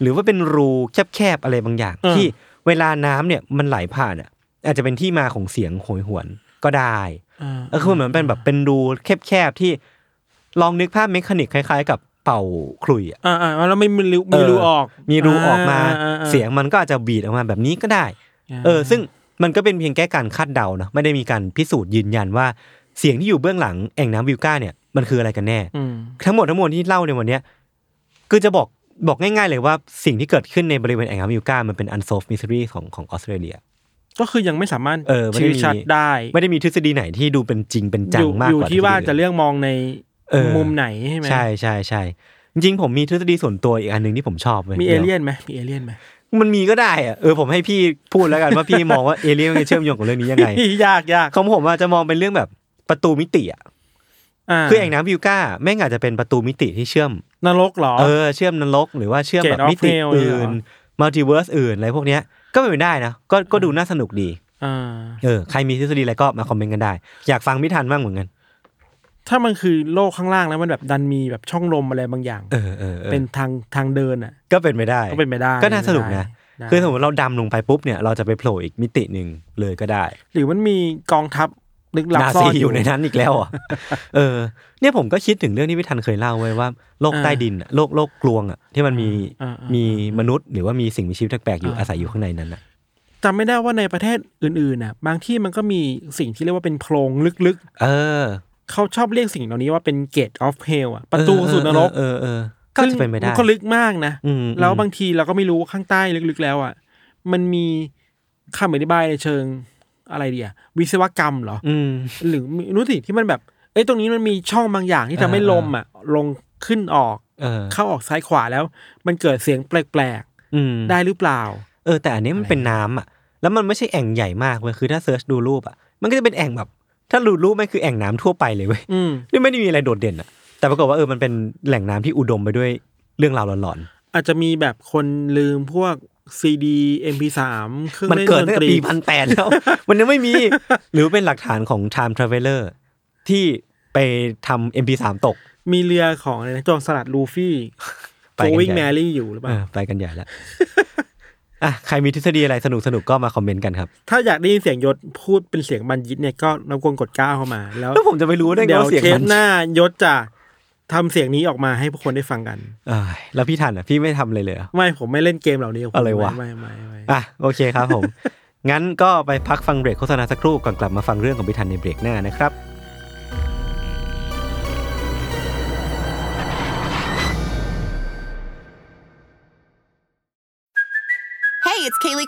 [SPEAKER 1] หรือว่าเป็นรูแคบๆอะไรบางอย่าง ที่เวลาน้ำเนี่ยมันไหลผ่านอ่ะอาจจะเป็นที่มาของเสียงโหยหวนก็ได้
[SPEAKER 2] อ่า
[SPEAKER 1] ก็คือเหมือนเป็นแบบเป็นรูแคบๆที่ลองนึกภาพเมคานิกคล้ายๆ กับเป่าขลุ่ยอะ
[SPEAKER 2] อ่าอ่าแล้วไม่มีรูมีรูออก
[SPEAKER 1] มีรูออกมา
[SPEAKER 2] อ่อ่อ่
[SPEAKER 1] เสียงมันก็อาจจะบีดออกมาแบบนี้ก็ได้
[SPEAKER 2] า
[SPEAKER 1] เออ ซึ่งมันก็เป็นเพียงแค่การคาดเดานะไม่ได้มีการพิสูจน์ยืนยันว่าเสียงที่อยู่เบื้องหลังแอ่งน้ำวิวก้าเนี่ยมันคืออะไรกันแน่
[SPEAKER 2] อืม
[SPEAKER 1] ทั้งหมดทั้งมวลที่เล่าในวันเนี้ยคือจะบอกบอกง่ายๆเลยว่าสิ่งที่เกิดขึ้นในบริเวณแอ่งน้ำวิวก้ามันเป็น unsolved mystery ของของออสเตรเลีย
[SPEAKER 2] ก็คือยังไม่สามารถ
[SPEAKER 1] เออไม่ได้มี
[SPEAKER 2] ชี้ชัดได้
[SPEAKER 1] ไม่ได้มีทฤษฎีไหนที่ดูเป็นจริงเป็นจั
[SPEAKER 2] อง ยู่
[SPEAKER 1] มาก
[SPEAKER 2] อยู่
[SPEAKER 1] กว่า
[SPEAKER 2] ที่ว่าจะ
[SPEAKER 1] น
[SPEAKER 2] เลือกมองใน
[SPEAKER 1] เออ
[SPEAKER 2] มุมไหนใช่ไหม
[SPEAKER 1] ใช่ใช่ใช่จริงๆผมมีทฤษฎีส่วนตัวอีกอันหนึ่งที่ผมชอบว้
[SPEAKER 2] มีเอ
[SPEAKER 1] ดี๋ว
[SPEAKER 2] เลี่ยนไหมมีเอเลี่ยนไหม
[SPEAKER 1] มันมีก็ได้อะเออผมให้พี่พูดแล้วกันว่าพี่มองว่าเอเลี่ยนมันจะเชื่อมโยงกับเรื่องนี้ยังไง
[SPEAKER 2] ยากยาก
[SPEAKER 1] ของผมอาจจะมองเป็นเรื่องแบบประตูมิติอะ
[SPEAKER 2] า
[SPEAKER 1] คือแอ่งน้ำวิวก้าแม่งอาจจะเป็นประตูมิติที่เชื่อม
[SPEAKER 2] นรกเหรอ
[SPEAKER 1] เออเชื่อมนรกหรือว่าเชื่อมแบบ
[SPEAKER 2] Gate of
[SPEAKER 1] มิติ
[SPEAKER 2] Hell เนี่ยเหร
[SPEAKER 1] อื่
[SPEAKER 2] อ
[SPEAKER 1] นมัลติเวิร์สอื่นอะไรพวกเนี้ยก็เป็นไปได้นะก็ก็ดูน่าสนุกดี
[SPEAKER 2] อ่า
[SPEAKER 1] เออใครมีทฤษฎีอะไรก็มาคอมเมนต์กันได้ อยากฟังพิธันบ้างเหมือนกัน
[SPEAKER 2] ถ้ามันคือโลกข้างล่างแล้วมันแบบดันมีแบบช่องลมอะไรบางอย่าง
[SPEAKER 1] เออเออ
[SPEAKER 2] เป็นทางทางเดินอ่ะ
[SPEAKER 1] ก็เป็นไปได้
[SPEAKER 2] ก็เป็นไปได้
[SPEAKER 1] ก็น่าสนุกนะ
[SPEAKER 2] ได้
[SPEAKER 1] คือสมมติเราดำลงไปปุ๊บเนี่ยเราจะไปโผล่อีกมิติหนึ่งเลยก็ได้
[SPEAKER 2] หรือมันมีกองทัพลึกลับ
[SPEAKER 1] นา
[SPEAKER 2] ซ่อ
[SPEAKER 1] ซี
[SPEAKER 2] นอ
[SPEAKER 1] อยู่ ยู่ในนั้นอีก แล้วอ่ะ เออ เนี่ยผมก็คิดถึงเรื่องที่พิธันเคยเล่าไว้ว่าโลกใต้ดินอะโลกโลกกลวงอ่ะที่มันมี
[SPEAKER 2] อ่าอ่า
[SPEAKER 1] มีมนุษย์หรือว่ามีสิ่งมีชีวิตแปลกๆอยู่
[SPEAKER 2] อ่า
[SPEAKER 1] อาศัยอยู่ข้างในนั้นอ่ะ
[SPEAKER 2] จำไม่ได้ว่าในประเทศอื่นๆน่ะ บางที่มันก็มีสิ่งที่เรียกว่าเป็นโพรงลึก
[SPEAKER 1] เออ
[SPEAKER 2] ๆ เขาชอบเรียกสิ่งเหล่านี้ว่าเป็น gate of hell อ่ะประตูสู่นรก
[SPEAKER 1] เออเออเออเออก็จะเป็นไปได้
[SPEAKER 2] ซึ่งมัก็ลึกมากนะ
[SPEAKER 1] อืม
[SPEAKER 2] แล้วบา
[SPEAKER 1] อืม
[SPEAKER 2] งทีเราก็ไม่รู้ว่าข้างใต้ลึกๆแล้วอ่ะ มันมีคำอธิบายในเชิงอะไรเดียวิศวกรรมเหรอ
[SPEAKER 1] อืม
[SPEAKER 2] หรือมีรู้สิที่มันแบบ เอ้ยตรงนี้มันมีช่องบางอย่างที่ทำให้
[SPEAKER 1] เออ
[SPEAKER 2] ลมอ่ะ ลงขึ้นออก
[SPEAKER 1] เออ
[SPEAKER 2] เข้าออกซ้ายขวาแล้ว มันเกิดเสียงแปลก
[SPEAKER 1] อืม
[SPEAKER 2] ๆ ได้หรือเปล่า
[SPEAKER 1] เออ แต่อันนี้มันเป็นน้ำอ่ะ แล้วมันไม่ใช่แอ่งใหญ่มากเว้ยคือถ้าเซิร์ชดูรูปอ่ะ มันก็จะเป็นแอ่งแบบ ถ้าดูรูปมันคือแอ่งน้ำทั่วไปเลยเว้ย
[SPEAKER 2] อืม
[SPEAKER 1] นี่ไม่ได้มีอะไรโดดเด่นอ่ะ แต่ปรากฏว่าเออมันเป็นแหล่งน้ำที่อุดมไปด้วยเรื่องราวหลอน
[SPEAKER 2] อาจจะมีแบบคนลืมพวกซีดีเอ็มพีสามเครื่อ
[SPEAKER 1] ๆ
[SPEAKER 2] ง
[SPEAKER 1] มัน
[SPEAKER 2] เล่น
[SPEAKER 1] เกิด
[SPEAKER 2] ดน
[SPEAKER 1] ตั้ง
[SPEAKER 2] ต
[SPEAKER 1] แต่
[SPEAKER 2] รี
[SPEAKER 1] ปีพันแปด แล้ว มันยังไม่มี หรือเป็นหลักฐานของ time traveler ที่ไปทำ MP3 ตก
[SPEAKER 2] มีเรือของอะไรนะจอมสลัดลูฟี่
[SPEAKER 1] ไป
[SPEAKER 2] โก
[SPEAKER 1] กัน
[SPEAKER 2] วิ่
[SPEAKER 1] ให
[SPEAKER 2] ง
[SPEAKER 1] ญ่
[SPEAKER 2] แมรี่อยู่หรือเป
[SPEAKER 1] เอ
[SPEAKER 2] ล่า
[SPEAKER 1] อไปกันใหญ่แล้ว อ่ะใครมีทฤษฎีอะไรสนุกสนุกๆก็มาคอมเมนต์กันครับ
[SPEAKER 2] ถ้าอยากได้ยินเสียงยศพูดเป็นเสียงบันยิตเนี่ยก็รบกวนกดก้าวเข้ามาแล้ว
[SPEAKER 1] แล้วผมจะไปรู้ได้ไง
[SPEAKER 2] เดี๋ยว
[SPEAKER 1] ว่าเสียง
[SPEAKER 2] เท
[SPEAKER 1] มั
[SPEAKER 2] ป
[SPEAKER 1] น
[SPEAKER 2] หน้ายศจะทำเสียงนี้ออกมาให้พวกคนได้ฟังกัน
[SPEAKER 1] เอ้ยแล้วพี่ทันอ่ะ พี่ไม่ทำเลยเลยเหรอ
[SPEAKER 2] ไม่ผมไม่เล่นเกมเหล่านี้ผม
[SPEAKER 1] อะไรวะ
[SPEAKER 2] ไม่ไม่ไม่ไม่
[SPEAKER 1] อ่ะ โอเคครับผม งั้นก็ไปพักฟังเบรกโฆษณาสักครู่ก่อนกลับมาฟังเรื่องของพี่ทันในเบรกหน้านะครับ
[SPEAKER 3] Hey, it's Kaylee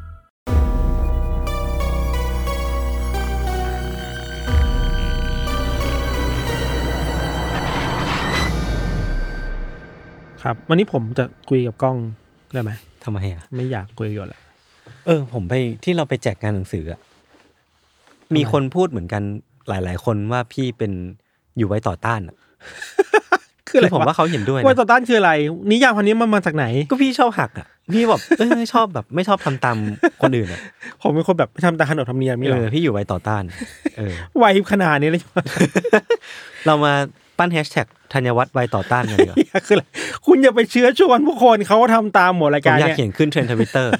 [SPEAKER 2] ครับวันนี้ผมจะคุยกับกล้องได้ไหม
[SPEAKER 1] ทำไมอ่ะ
[SPEAKER 2] ไม่อยากคุยกับยศละ
[SPEAKER 1] เออ ผมไปที่เราไปแจกงานหนังสืออ่ะ มีคนพูดเหมือนกันหลาย ๆ คนว่าพี่เป็นอยู่ไว้ต่อต้านอ่ะคือผมว่าเขาเห็นด้วย
[SPEAKER 2] ว่า
[SPEAKER 1] นะ
[SPEAKER 2] ต่อต้านคืออะไรนิยามพันนี้มันมาจากไหน
[SPEAKER 1] ก็พี่ชอบหัก อ่ะ พี่แบบเออชอบแบบ ไม่ชอบทำตามคนอื่นอ่ะ
[SPEAKER 2] ผมเป็นคนแบบไม่ทำตามขนบธรรมเนียมนี่
[SPEAKER 1] เอ
[SPEAKER 2] เหร
[SPEAKER 1] อ
[SPEAKER 2] อ
[SPEAKER 1] พี่อยู่ไว้ต่อต้าน เออ
[SPEAKER 2] ไวัยขนาดนี้เลย
[SPEAKER 1] เรามาปั้นแฮชแท็กธัญวัฒน์ไวต่อต้านกันดีกว่า
[SPEAKER 2] คืออะไรคุณอย่าไปเชื้อชวนผู้คนเขาทำตามหมดราย
[SPEAKER 1] ผม
[SPEAKER 2] การ
[SPEAKER 1] อยาก
[SPEAKER 2] เนี่ย
[SPEAKER 1] เขียนขึ้นเทรนด์ทวิตเต อร์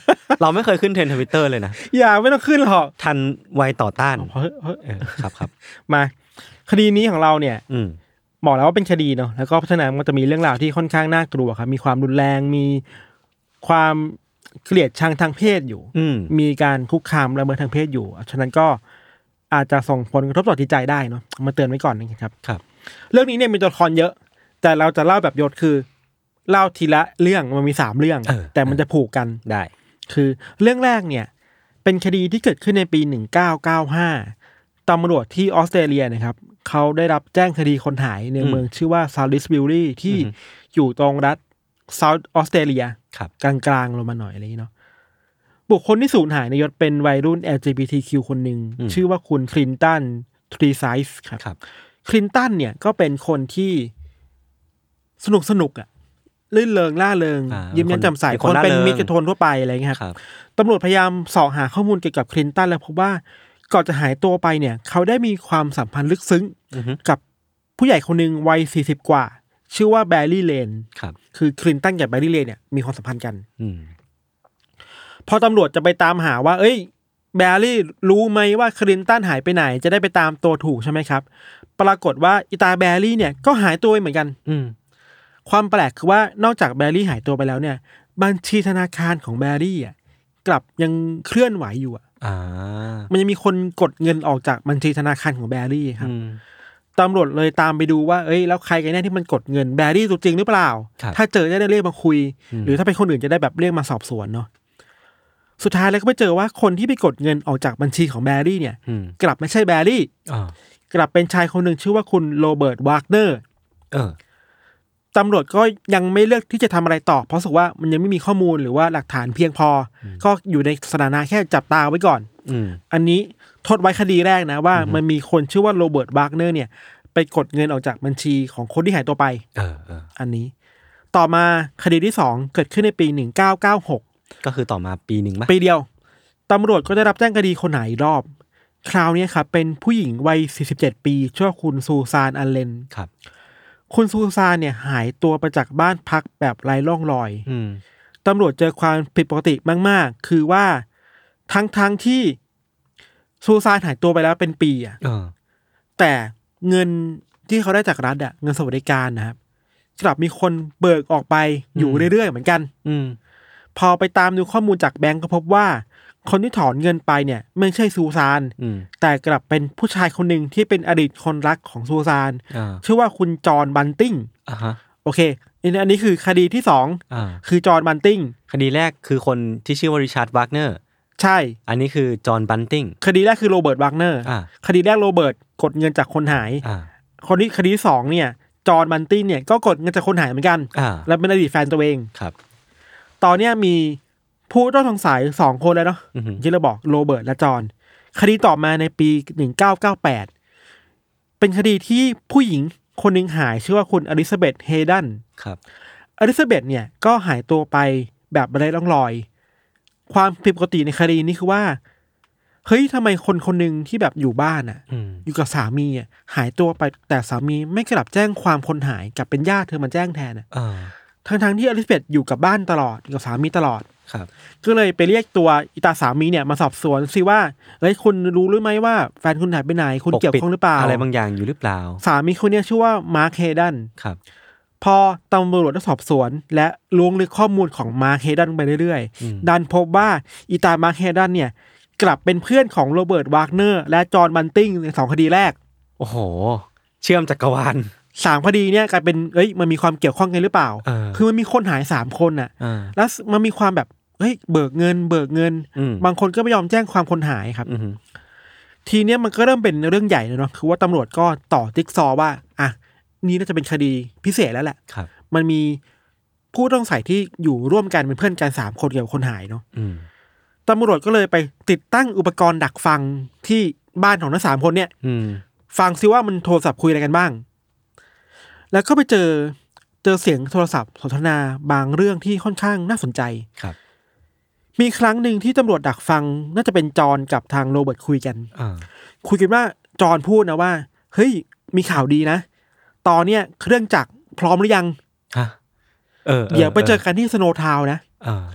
[SPEAKER 1] เราไม่เคยขึ้นเทรนด์ทวิตเตอร์เลยนะ
[SPEAKER 2] อย่าไม่ต้องขึ้นหรอก
[SPEAKER 1] ทันไวต่อต้าน
[SPEAKER 2] เฮ้ยเฮ้ย
[SPEAKER 1] เออครับครับ
[SPEAKER 2] มา คดีนี้ของเราเนี่ย
[SPEAKER 1] อืม
[SPEAKER 2] บอกแล้วว่าเป็นคดีเนาะแล้วก็พัฒนามันจะมีเรื่องราวที่ค่อนข้างน่ากลัวครับมีความรุนแรงมีความเกลียดชังทางเพศอยู่
[SPEAKER 1] อืม
[SPEAKER 2] มีการคุกคามละเมิดทางเพศอยู่ ฉะนั้นก็อาจจะส่งผลกระทบต่อจิตใจได้เนาะเอามาเตือนไว้ก่อนนะครับ
[SPEAKER 1] ครับ
[SPEAKER 2] เรื่องนี้เนี่ยมีตัวละครเยอะ แต่เราจะเล่าแบบยศคือ เล่าทีละเรื่องมันมีสามเรื่อง
[SPEAKER 1] เออ
[SPEAKER 2] แต่มันจะผูกกัน
[SPEAKER 1] ได้
[SPEAKER 2] คือเรื่องแรกเนี่ย เป็นคดีที่เกิดขึ้นในปี 1995 ตำรวจที่ออสเตรเลียนะครับ เขาได้รับแจ้งคดีคนหายในเมืองชื่อว่าซาลิสบิลลี่ที่อยู่ตรงรัฐเซาท์ออสเตรเลีย
[SPEAKER 1] ครับ
[SPEAKER 2] กลางๆลงมาหน่อยอะไรอย่างนี้เนาะบุคคลที่สูญหายในยศเป็นวัยรุ่น LGBTQ คนหนึ่ง ชื่อว่าคุณคลินตันทรีไซส์ครับ
[SPEAKER 1] ครับ
[SPEAKER 2] คลินตันเนี่ยก็เป็นคนที่สนุกสนุกๆอะลื่นเริงล่าเริง
[SPEAKER 1] อ่า
[SPEAKER 2] ยิ้มแย้มแจ่มใส
[SPEAKER 1] เป็น
[SPEAKER 2] ค
[SPEAKER 1] คน
[SPEAKER 2] นเป็น
[SPEAKER 1] ร่าเริง
[SPEAKER 2] มิตรกับทนทั่วไปอะไรเงี้
[SPEAKER 1] ค
[SPEAKER 2] ยครับ
[SPEAKER 1] รับ
[SPEAKER 2] ตำรวจพยายามเสอบหาข้อมูลเกี่ยวกับคลินตันแล้วพบว่าก่อนจะหายตัวไปเนี่ย เขาได้มีความสัมพันธ์ลึกซึ้ง
[SPEAKER 1] อือฮึ
[SPEAKER 2] กับผู้ใหญ่คนหนึ่งวัยสี่สิบกว่า ชื่อว่าแบร์รี่เลน
[SPEAKER 1] ครับ
[SPEAKER 2] คือคลินตันกับแบร์รี่เลนเนี่ยมีความสัมพันธ์กัน
[SPEAKER 1] อืม
[SPEAKER 2] พอตำรวจจะไปตามหาว่า เอ้ย แบร์รี่รู้ไหมว่าคลินตันหายไปไหน จะได้ไปตามตัวถูกใช่ไหมครับ ปรากฏว่าอิตาแบร์รี่เนี่ยก็หายตัวไปเหมือนกัน
[SPEAKER 1] อืม
[SPEAKER 2] ความแปลกคือว่านอกจากแบร์รี่หายตัวไปแล้วเนี่ย บัญชีธนาคารของแบร์รี่อ่ะกลับยังเคลื่อนไหวอยู่อ่ะ
[SPEAKER 1] อ่า
[SPEAKER 2] มันยังมีคนกดเงินออกจากบัญชีธนาคารของแบร์รี่ครับ
[SPEAKER 1] อืม
[SPEAKER 2] ต ตำรวจเลยตามไปดูว่า เอ้ย แล้วใครกันแน่ที่มันกดเงินแบรี่ตัวจริงหรือเปล่า
[SPEAKER 1] ครับ
[SPEAKER 2] ถ้าเจอจะได้เรียกมาคุย หรือถ้าเป็นคนอื่นจะได้แบบเรียกมาสอบสวนเนาะ สุดท้ายแล้วก็ไปเจอว่าคนที่ไปกดเงินออกจากบัญชีของแบรี่เนี่ย
[SPEAKER 1] อืม
[SPEAKER 2] กลับไม่ใช่แบรี่
[SPEAKER 1] อ่าก
[SPEAKER 2] ลับเป็นชายคนหนึ่งชื่อว่าคุณโรเบิร์ตวากเนอร์
[SPEAKER 1] เออ
[SPEAKER 2] ตำรวจก็ยังไม่เลือกที่จะทำอะไรต่อ เพราะรู้สึกว่ามันยังไม่มีข้อมูลหรือว่าหลักฐานเพียงพออก็อยู่ในสถานะแค่จับตาไว้ก่อน
[SPEAKER 1] อืม
[SPEAKER 2] อันนี้โทษไว้คดีแรกนะว่ามันมีคนชื่อว่าโรเบิร์ตวากเนอร์เนี่ย ไปกดเงินออกจากบัญชีของคนที่หายตัวไป
[SPEAKER 1] เออเออ
[SPEAKER 2] อันนี้ ต่อมาคดีที่สองเกิดขึ้นในปี 1996
[SPEAKER 1] ก็คือต่อมาปีหนึ่งปะ
[SPEAKER 2] ปีเดียว ตำรวจก็ได้รับแจ้งคดีคนหายอีกรอบ คราวนี้ครับเป็นผู้หญิงวัย 47 ปีชื่อว่าคุณซูซานอันเลน
[SPEAKER 1] ครับ
[SPEAKER 2] คุณซูซานเนี่ยหายตัวไปจากบ้านพักแบบไร้ร่องรอย
[SPEAKER 1] อืม
[SPEAKER 2] ตำรวจเจอความผิดปกติมาก ๆ คือว่าทั้งๆที่ซูซานหายตัวไปแล้วเป็นปีอะ
[SPEAKER 1] เออ
[SPEAKER 2] แต่เงินที่เขาได้จากรัฐอะเงินสวัสดิการนะครับกลับมีคนเบิกออกไปอยู่เรื่อย ๆ เหมือนกัน
[SPEAKER 1] อืม
[SPEAKER 2] พอไปตามดูข้อมูลจากแบงก์ก็พบว่า คนที่ถอนเงินไปเนี่ย ไม่ใช่ซูซาน
[SPEAKER 1] อืม
[SPEAKER 2] แต่กลับเป็นผู้ชายคนหนึ่งที่เป็นอดีตคนรักของซูซาน
[SPEAKER 1] อ่า
[SPEAKER 2] ชื่อว่าคุณจอห์นบันติง
[SPEAKER 1] อ่าฮะ
[SPEAKER 2] โอเคอันอันนี้คือคดีที่สอง
[SPEAKER 1] อ่า
[SPEAKER 2] คือจอห์นบันติง
[SPEAKER 1] คดีแรกคือคนที่ชื่อว่าริชาร์ดวากเนอร์
[SPEAKER 2] ใช่
[SPEAKER 1] อันนี้คือจอห์นบันติง
[SPEAKER 2] คดีแรกคือโรเบิร์ตวากเนอร์
[SPEAKER 1] อ่า
[SPEAKER 2] คดีแรกโรเบิร์ตกดเงินจากคนหาย
[SPEAKER 1] อ่า
[SPEAKER 2] คนที่คดีที่สองเนี่ย จอห์นบันตินเนี่ยก็กดเงินจากคนหายเหมือนกัน
[SPEAKER 1] อ่า
[SPEAKER 2] และเป็นอดีตแฟนตัวเอง
[SPEAKER 1] ครับ
[SPEAKER 2] ตอนเนี้ยมีผู้ต้องสงสัยสองคนแล้วเนาะ
[SPEAKER 1] อือหือ
[SPEAKER 2] ที่เราบอกโรเบิร์ตและจอห์นคดีต่อมาในปีหนึ่งเก้าเก้าแปดเป็นคดีที่ผู้หญิงคนหนึ่งหายชื่อว่าคุณอลิซาเบธเฮดัน
[SPEAKER 1] ครับ
[SPEAKER 2] อลิซาเบธเนี่ยก็หายตัวไปแบบไร้ร่องรอย ความผิดปกติในคดีนี้คือว่า เฮ้ยทำไมคนคนหนึ่งที่แบบอยู่บ้านอะ
[SPEAKER 1] อืม
[SPEAKER 2] อยู่กับสามีอะหายตัวไปแต่สามีไม่กลับแจ้งความคนหายกลับเป็นญาติเธอมาแจ้งแทนอะ
[SPEAKER 1] อ่า
[SPEAKER 2] ทั้งๆที่อลิซาเบธอยู่กับบ้านตลอดอยู่กับสามีตลอด
[SPEAKER 1] ครับ
[SPEAKER 2] ก็เลยไปเรียกตัวอิตาสามีเนี่ยมาสอบสวนสิว่าเฮ้ยคุณรู้หรือไหมว่าแฟนคุณหายไปไหนคุณเกี่ยวข้องหรือเปล่า
[SPEAKER 1] อะไรบางอย่างอยู่หรือเปล่า
[SPEAKER 2] สามีคนเนี้ยชื่อว่ามาร์คเฮดัน
[SPEAKER 1] ครับ
[SPEAKER 2] พอตำรวจได้สอบสวน และล้วงลึกข้อมูลของมาร์คเฮดันไปเรื่อย
[SPEAKER 1] อืม
[SPEAKER 2] ๆ ดันพบว่าอีตามาร์คเฮดันเนี่ย กลับเป็นเพื่อนของโรเบิร์ตวากเนอร์ และจอห์นบันติงในสองคดีแรก
[SPEAKER 1] โอ้โห เชื่อมจักรวาล
[SPEAKER 2] สามคดีเนี่ยกลายเป็นเอ้ยมันมีความเกี่ยวข้องกันหรือเปล่า
[SPEAKER 1] เออ
[SPEAKER 2] คือมันมีคนหายสามคนน่ะ
[SPEAKER 1] อ่า
[SPEAKER 2] แล้วมันมีความแบบเฮ้ยเบิกเงิน เบิกเงิน
[SPEAKER 1] อืม
[SPEAKER 2] บางคนก็ไม่ยอมแจ้งความคนหายครับ
[SPEAKER 1] อืม
[SPEAKER 2] ทีเนี้ยมันก็เริ่มเป็นเรื่องใหญ่เลยเนาะคือว่าตำรวจก็ต่อติ๊กซอว์ว่าอ่ะนี่น่าจะเป็นคดีพิเศษแล้วแหละ
[SPEAKER 1] ครับ
[SPEAKER 2] มันมีผู้ต้องใส่ที่อยู่ร่วมกันเป็นเพื่อนกันสามคนเกี่ยวกับคนหายเนาะ
[SPEAKER 1] อืม
[SPEAKER 2] ตำรวจก็เลยไปติดตั้งอุปกรณ์ดักฟังที่บ้านของทั้งสามคนเนี่ย
[SPEAKER 1] อืม
[SPEAKER 2] ฟังซิว่ามันโทรศัพท์คุยอะไรกันบ้าง แล้วก็ไปเจอเจอเสียงโทรศัพท์สนทนาบางเรื่องที่ค่อนข้างน่าสนใจ
[SPEAKER 1] ครับ
[SPEAKER 2] มีครั้งหนึ่งที่ตำรวจดักฟังน่าจะเป็นจอห์นกับทางโรเบิร์ตคุยกัน
[SPEAKER 1] อ่า
[SPEAKER 2] คุยกันว่าจอห์นพูดนะว่า เฮ้ย มีข่าวดีนะ ตอนเนี้ยเครื่องจักรพร้อมหรือยัง
[SPEAKER 1] ฮะ เออ
[SPEAKER 2] เดี๋ยวไปเจอกันที่สโนว์ทาวน์นะ
[SPEAKER 1] เออ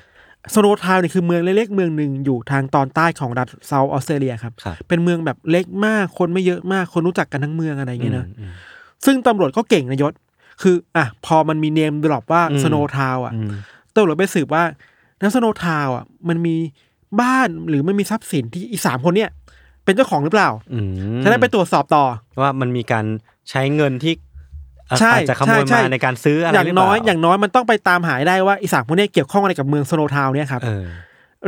[SPEAKER 2] สโนว์ทาวน์เนี่ยคือเมืองเล็กๆเมืองหนึ่งอยู่ทางตอนใต้ของรัฐเซาท์ออสเตรเลียครับ
[SPEAKER 1] ครับ
[SPEAKER 2] เป็นเมืองแบบเล็กมาก คนไม่เยอะมาก คนรู้จักกันทั้งเมืองอะไรอย่างเงี้ยนะ
[SPEAKER 1] อืม
[SPEAKER 2] ซึ่งตำรวจก็เก่งนะยศ คืออ่ะพอมันมีเนมดรอปว่า
[SPEAKER 1] อืม
[SPEAKER 2] สโนว์ทาวน์อ่ะ
[SPEAKER 1] อืม
[SPEAKER 2] ตำรวจไปสืบว่าในสโนว์ทาวน์อ่ะ มันมีบ้านหรือมันมีทรัพย์สินที่อีสามคนเนี่ย เป็นเจ้าของหรือเปล่า
[SPEAKER 1] อืม
[SPEAKER 2] จะได้ไปตรวจสอบต่อ
[SPEAKER 1] ว่ามันมีการใช้เงินที่เอ่อ
[SPEAKER 2] ใช่
[SPEAKER 1] อาจจะขโมยมา
[SPEAKER 2] ใช่ใช่
[SPEAKER 1] ในการซื้ออะไร
[SPEAKER 2] อย่าง
[SPEAKER 1] หรืเปล่
[SPEAKER 2] น้อยอย่างน้อยมันต้องไปตามหาให้ได้ว่าอีสามคนเนี้เกี่ยวข้องอะไรกับเมืองสโนว์ทาวน์เนี่ยครับ
[SPEAKER 1] เออ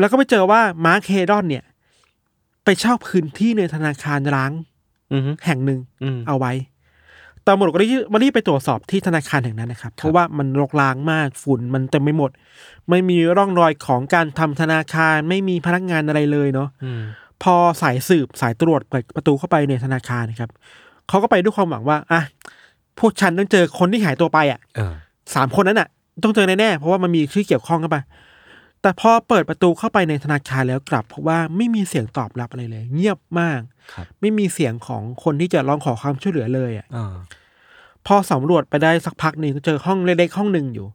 [SPEAKER 2] แล้วก็ไปเจอว่ามาร์คเฮดอนเนี่ย ไปเช่าพื้นที่ในธนาคารร้าง
[SPEAKER 1] อืมฮึ
[SPEAKER 2] แห่งหนึ่ง
[SPEAKER 1] อืม
[SPEAKER 2] เอาไว้ตำรวจก็รีบรีบไปตรวจสอบที่ธนาคารแห่งนั้นนะครับ เพราะว่ามันรกร้างมากฝุ่นมันเต็มไปหมด ไม่มีร่องรอยของการทำธนาคารไม่มีพนักงานอะไรเลยเนาะ
[SPEAKER 1] อืม
[SPEAKER 2] พอสายสืบสายตรวจเปิดประตูเข้าไปในธนาคารนะครับเขาก็ไปด้วยความหวังว่าอ่ะพวกฉันต้องเจอคนที่หายตัวไปอ่ะ
[SPEAKER 1] เออ
[SPEAKER 2] สามคนนั้นน่ะ ต้องเจอแน่ๆเพราะว่ามันมีชื่อเกี่ยวข้องกันไป แต่พอเปิดประตูเข้าไปในธนาคารแล้วกลับ เพราะว่าไม่มีเสียงตอบรับอะไรเลย เงียบมาก
[SPEAKER 1] ครับ
[SPEAKER 2] ไม่มีเสียงของคนที่จะร้องขอความช่วยเหลือเลยอ่ะ
[SPEAKER 1] อ่า
[SPEAKER 2] พอสำรวจไปได้สักพักหนึ่งเจอห้องเล็กๆห้องหนึ่งอยู่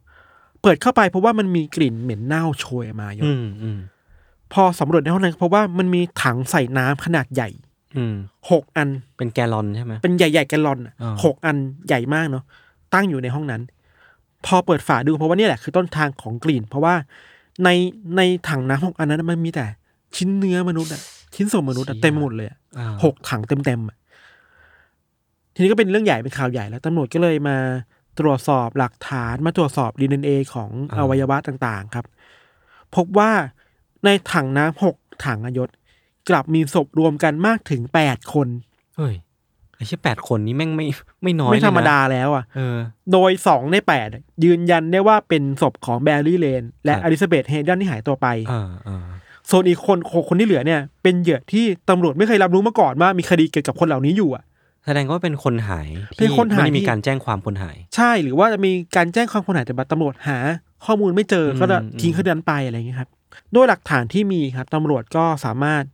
[SPEAKER 2] เปิดเข้าไปเพราะว่ามันมีกลิ่นเหม็นเน่าโชยออกมาอยู่
[SPEAKER 1] อืมอืม
[SPEAKER 2] พอสำรวจในห้องนั้นเพราะว่ามันมีถังใส่น้ำขนาดใหญ่
[SPEAKER 1] อืม
[SPEAKER 2] หกอัน
[SPEAKER 1] เป็นแกลลอนใช่ไหม
[SPEAKER 2] เป็นใหญ่ๆแกลลอนน่ะ
[SPEAKER 1] อ่า
[SPEAKER 2] หกอันใหญ่มากเนาะตั้งอยู่ในห้องนั้น พอเปิดฝาดูเพราะว่าเนี่ยแหละคือต้นทางของกลิ่น เพราะว่าในในถังน้ำหกอันนั้นนะมันมีแต่ชิ้นเนื้อมนุษย์อะชิ้นส่วนมนุษย์อะเต็มไปหมดเลยอะ
[SPEAKER 1] อ่า
[SPEAKER 2] หกถังเต็มๆอะ ทีนี้ก็เป็นเรื่องใหญ่เป็นข่าวใหญ่แล้วตำรวจก็เลยมาตรวจสอบหลักฐานมาตรวจสอบ DNA ของอ
[SPEAKER 1] อ่า
[SPEAKER 2] วัยวะต่างๆครับ พบว่าในถังน้ำหกถังอะยศ กลับมีศพรวมกันมากถึงแปดคน
[SPEAKER 1] เฮ้ยไอ้เชี่ยแปดคนนี้แม่งไม่ไม่น้อย
[SPEAKER 2] ไม่ธรร
[SPEAKER 1] เล
[SPEAKER 2] ม
[SPEAKER 1] ยนะ
[SPEAKER 2] ดาแล้วอ่ะ
[SPEAKER 1] เออ
[SPEAKER 2] โดยสองในแปดยืนยันได้ว่าเป็นศพของแบร์รี่เลน และ
[SPEAKER 1] ครับ
[SPEAKER 2] อลิซาเบธเฮเดนที่หายตัวไป
[SPEAKER 1] อ่าอ่า
[SPEAKER 2] ส่วนอีกคนหกคนที่เหลือเนี่ย เป็นเหยื่อที่ตำรวจไม่เคยรับรู้มาก่อนว่ามีคดีเกี่ยวกับคนเหล่านี้อยู่อ่ะ
[SPEAKER 1] แสดงว่าเป็นคนหาย
[SPEAKER 2] เป็นคนหาย
[SPEAKER 1] ที่ไม่ได้มี
[SPEAKER 2] ที่
[SPEAKER 1] การแจ้งความคนหาย
[SPEAKER 2] ใช่หรือว่าจะมีการแจ้งความคนหายแต่บัตรตำรวจหา ข้อมูลไม่เจออ
[SPEAKER 1] ม
[SPEAKER 2] ก็จะ
[SPEAKER 1] อืม
[SPEAKER 2] ทิ้งคดีนั้นไปอะไรอย่างเงี้ยครับด้วยหลักฐานที่มีครับตำรวจก็สามารถ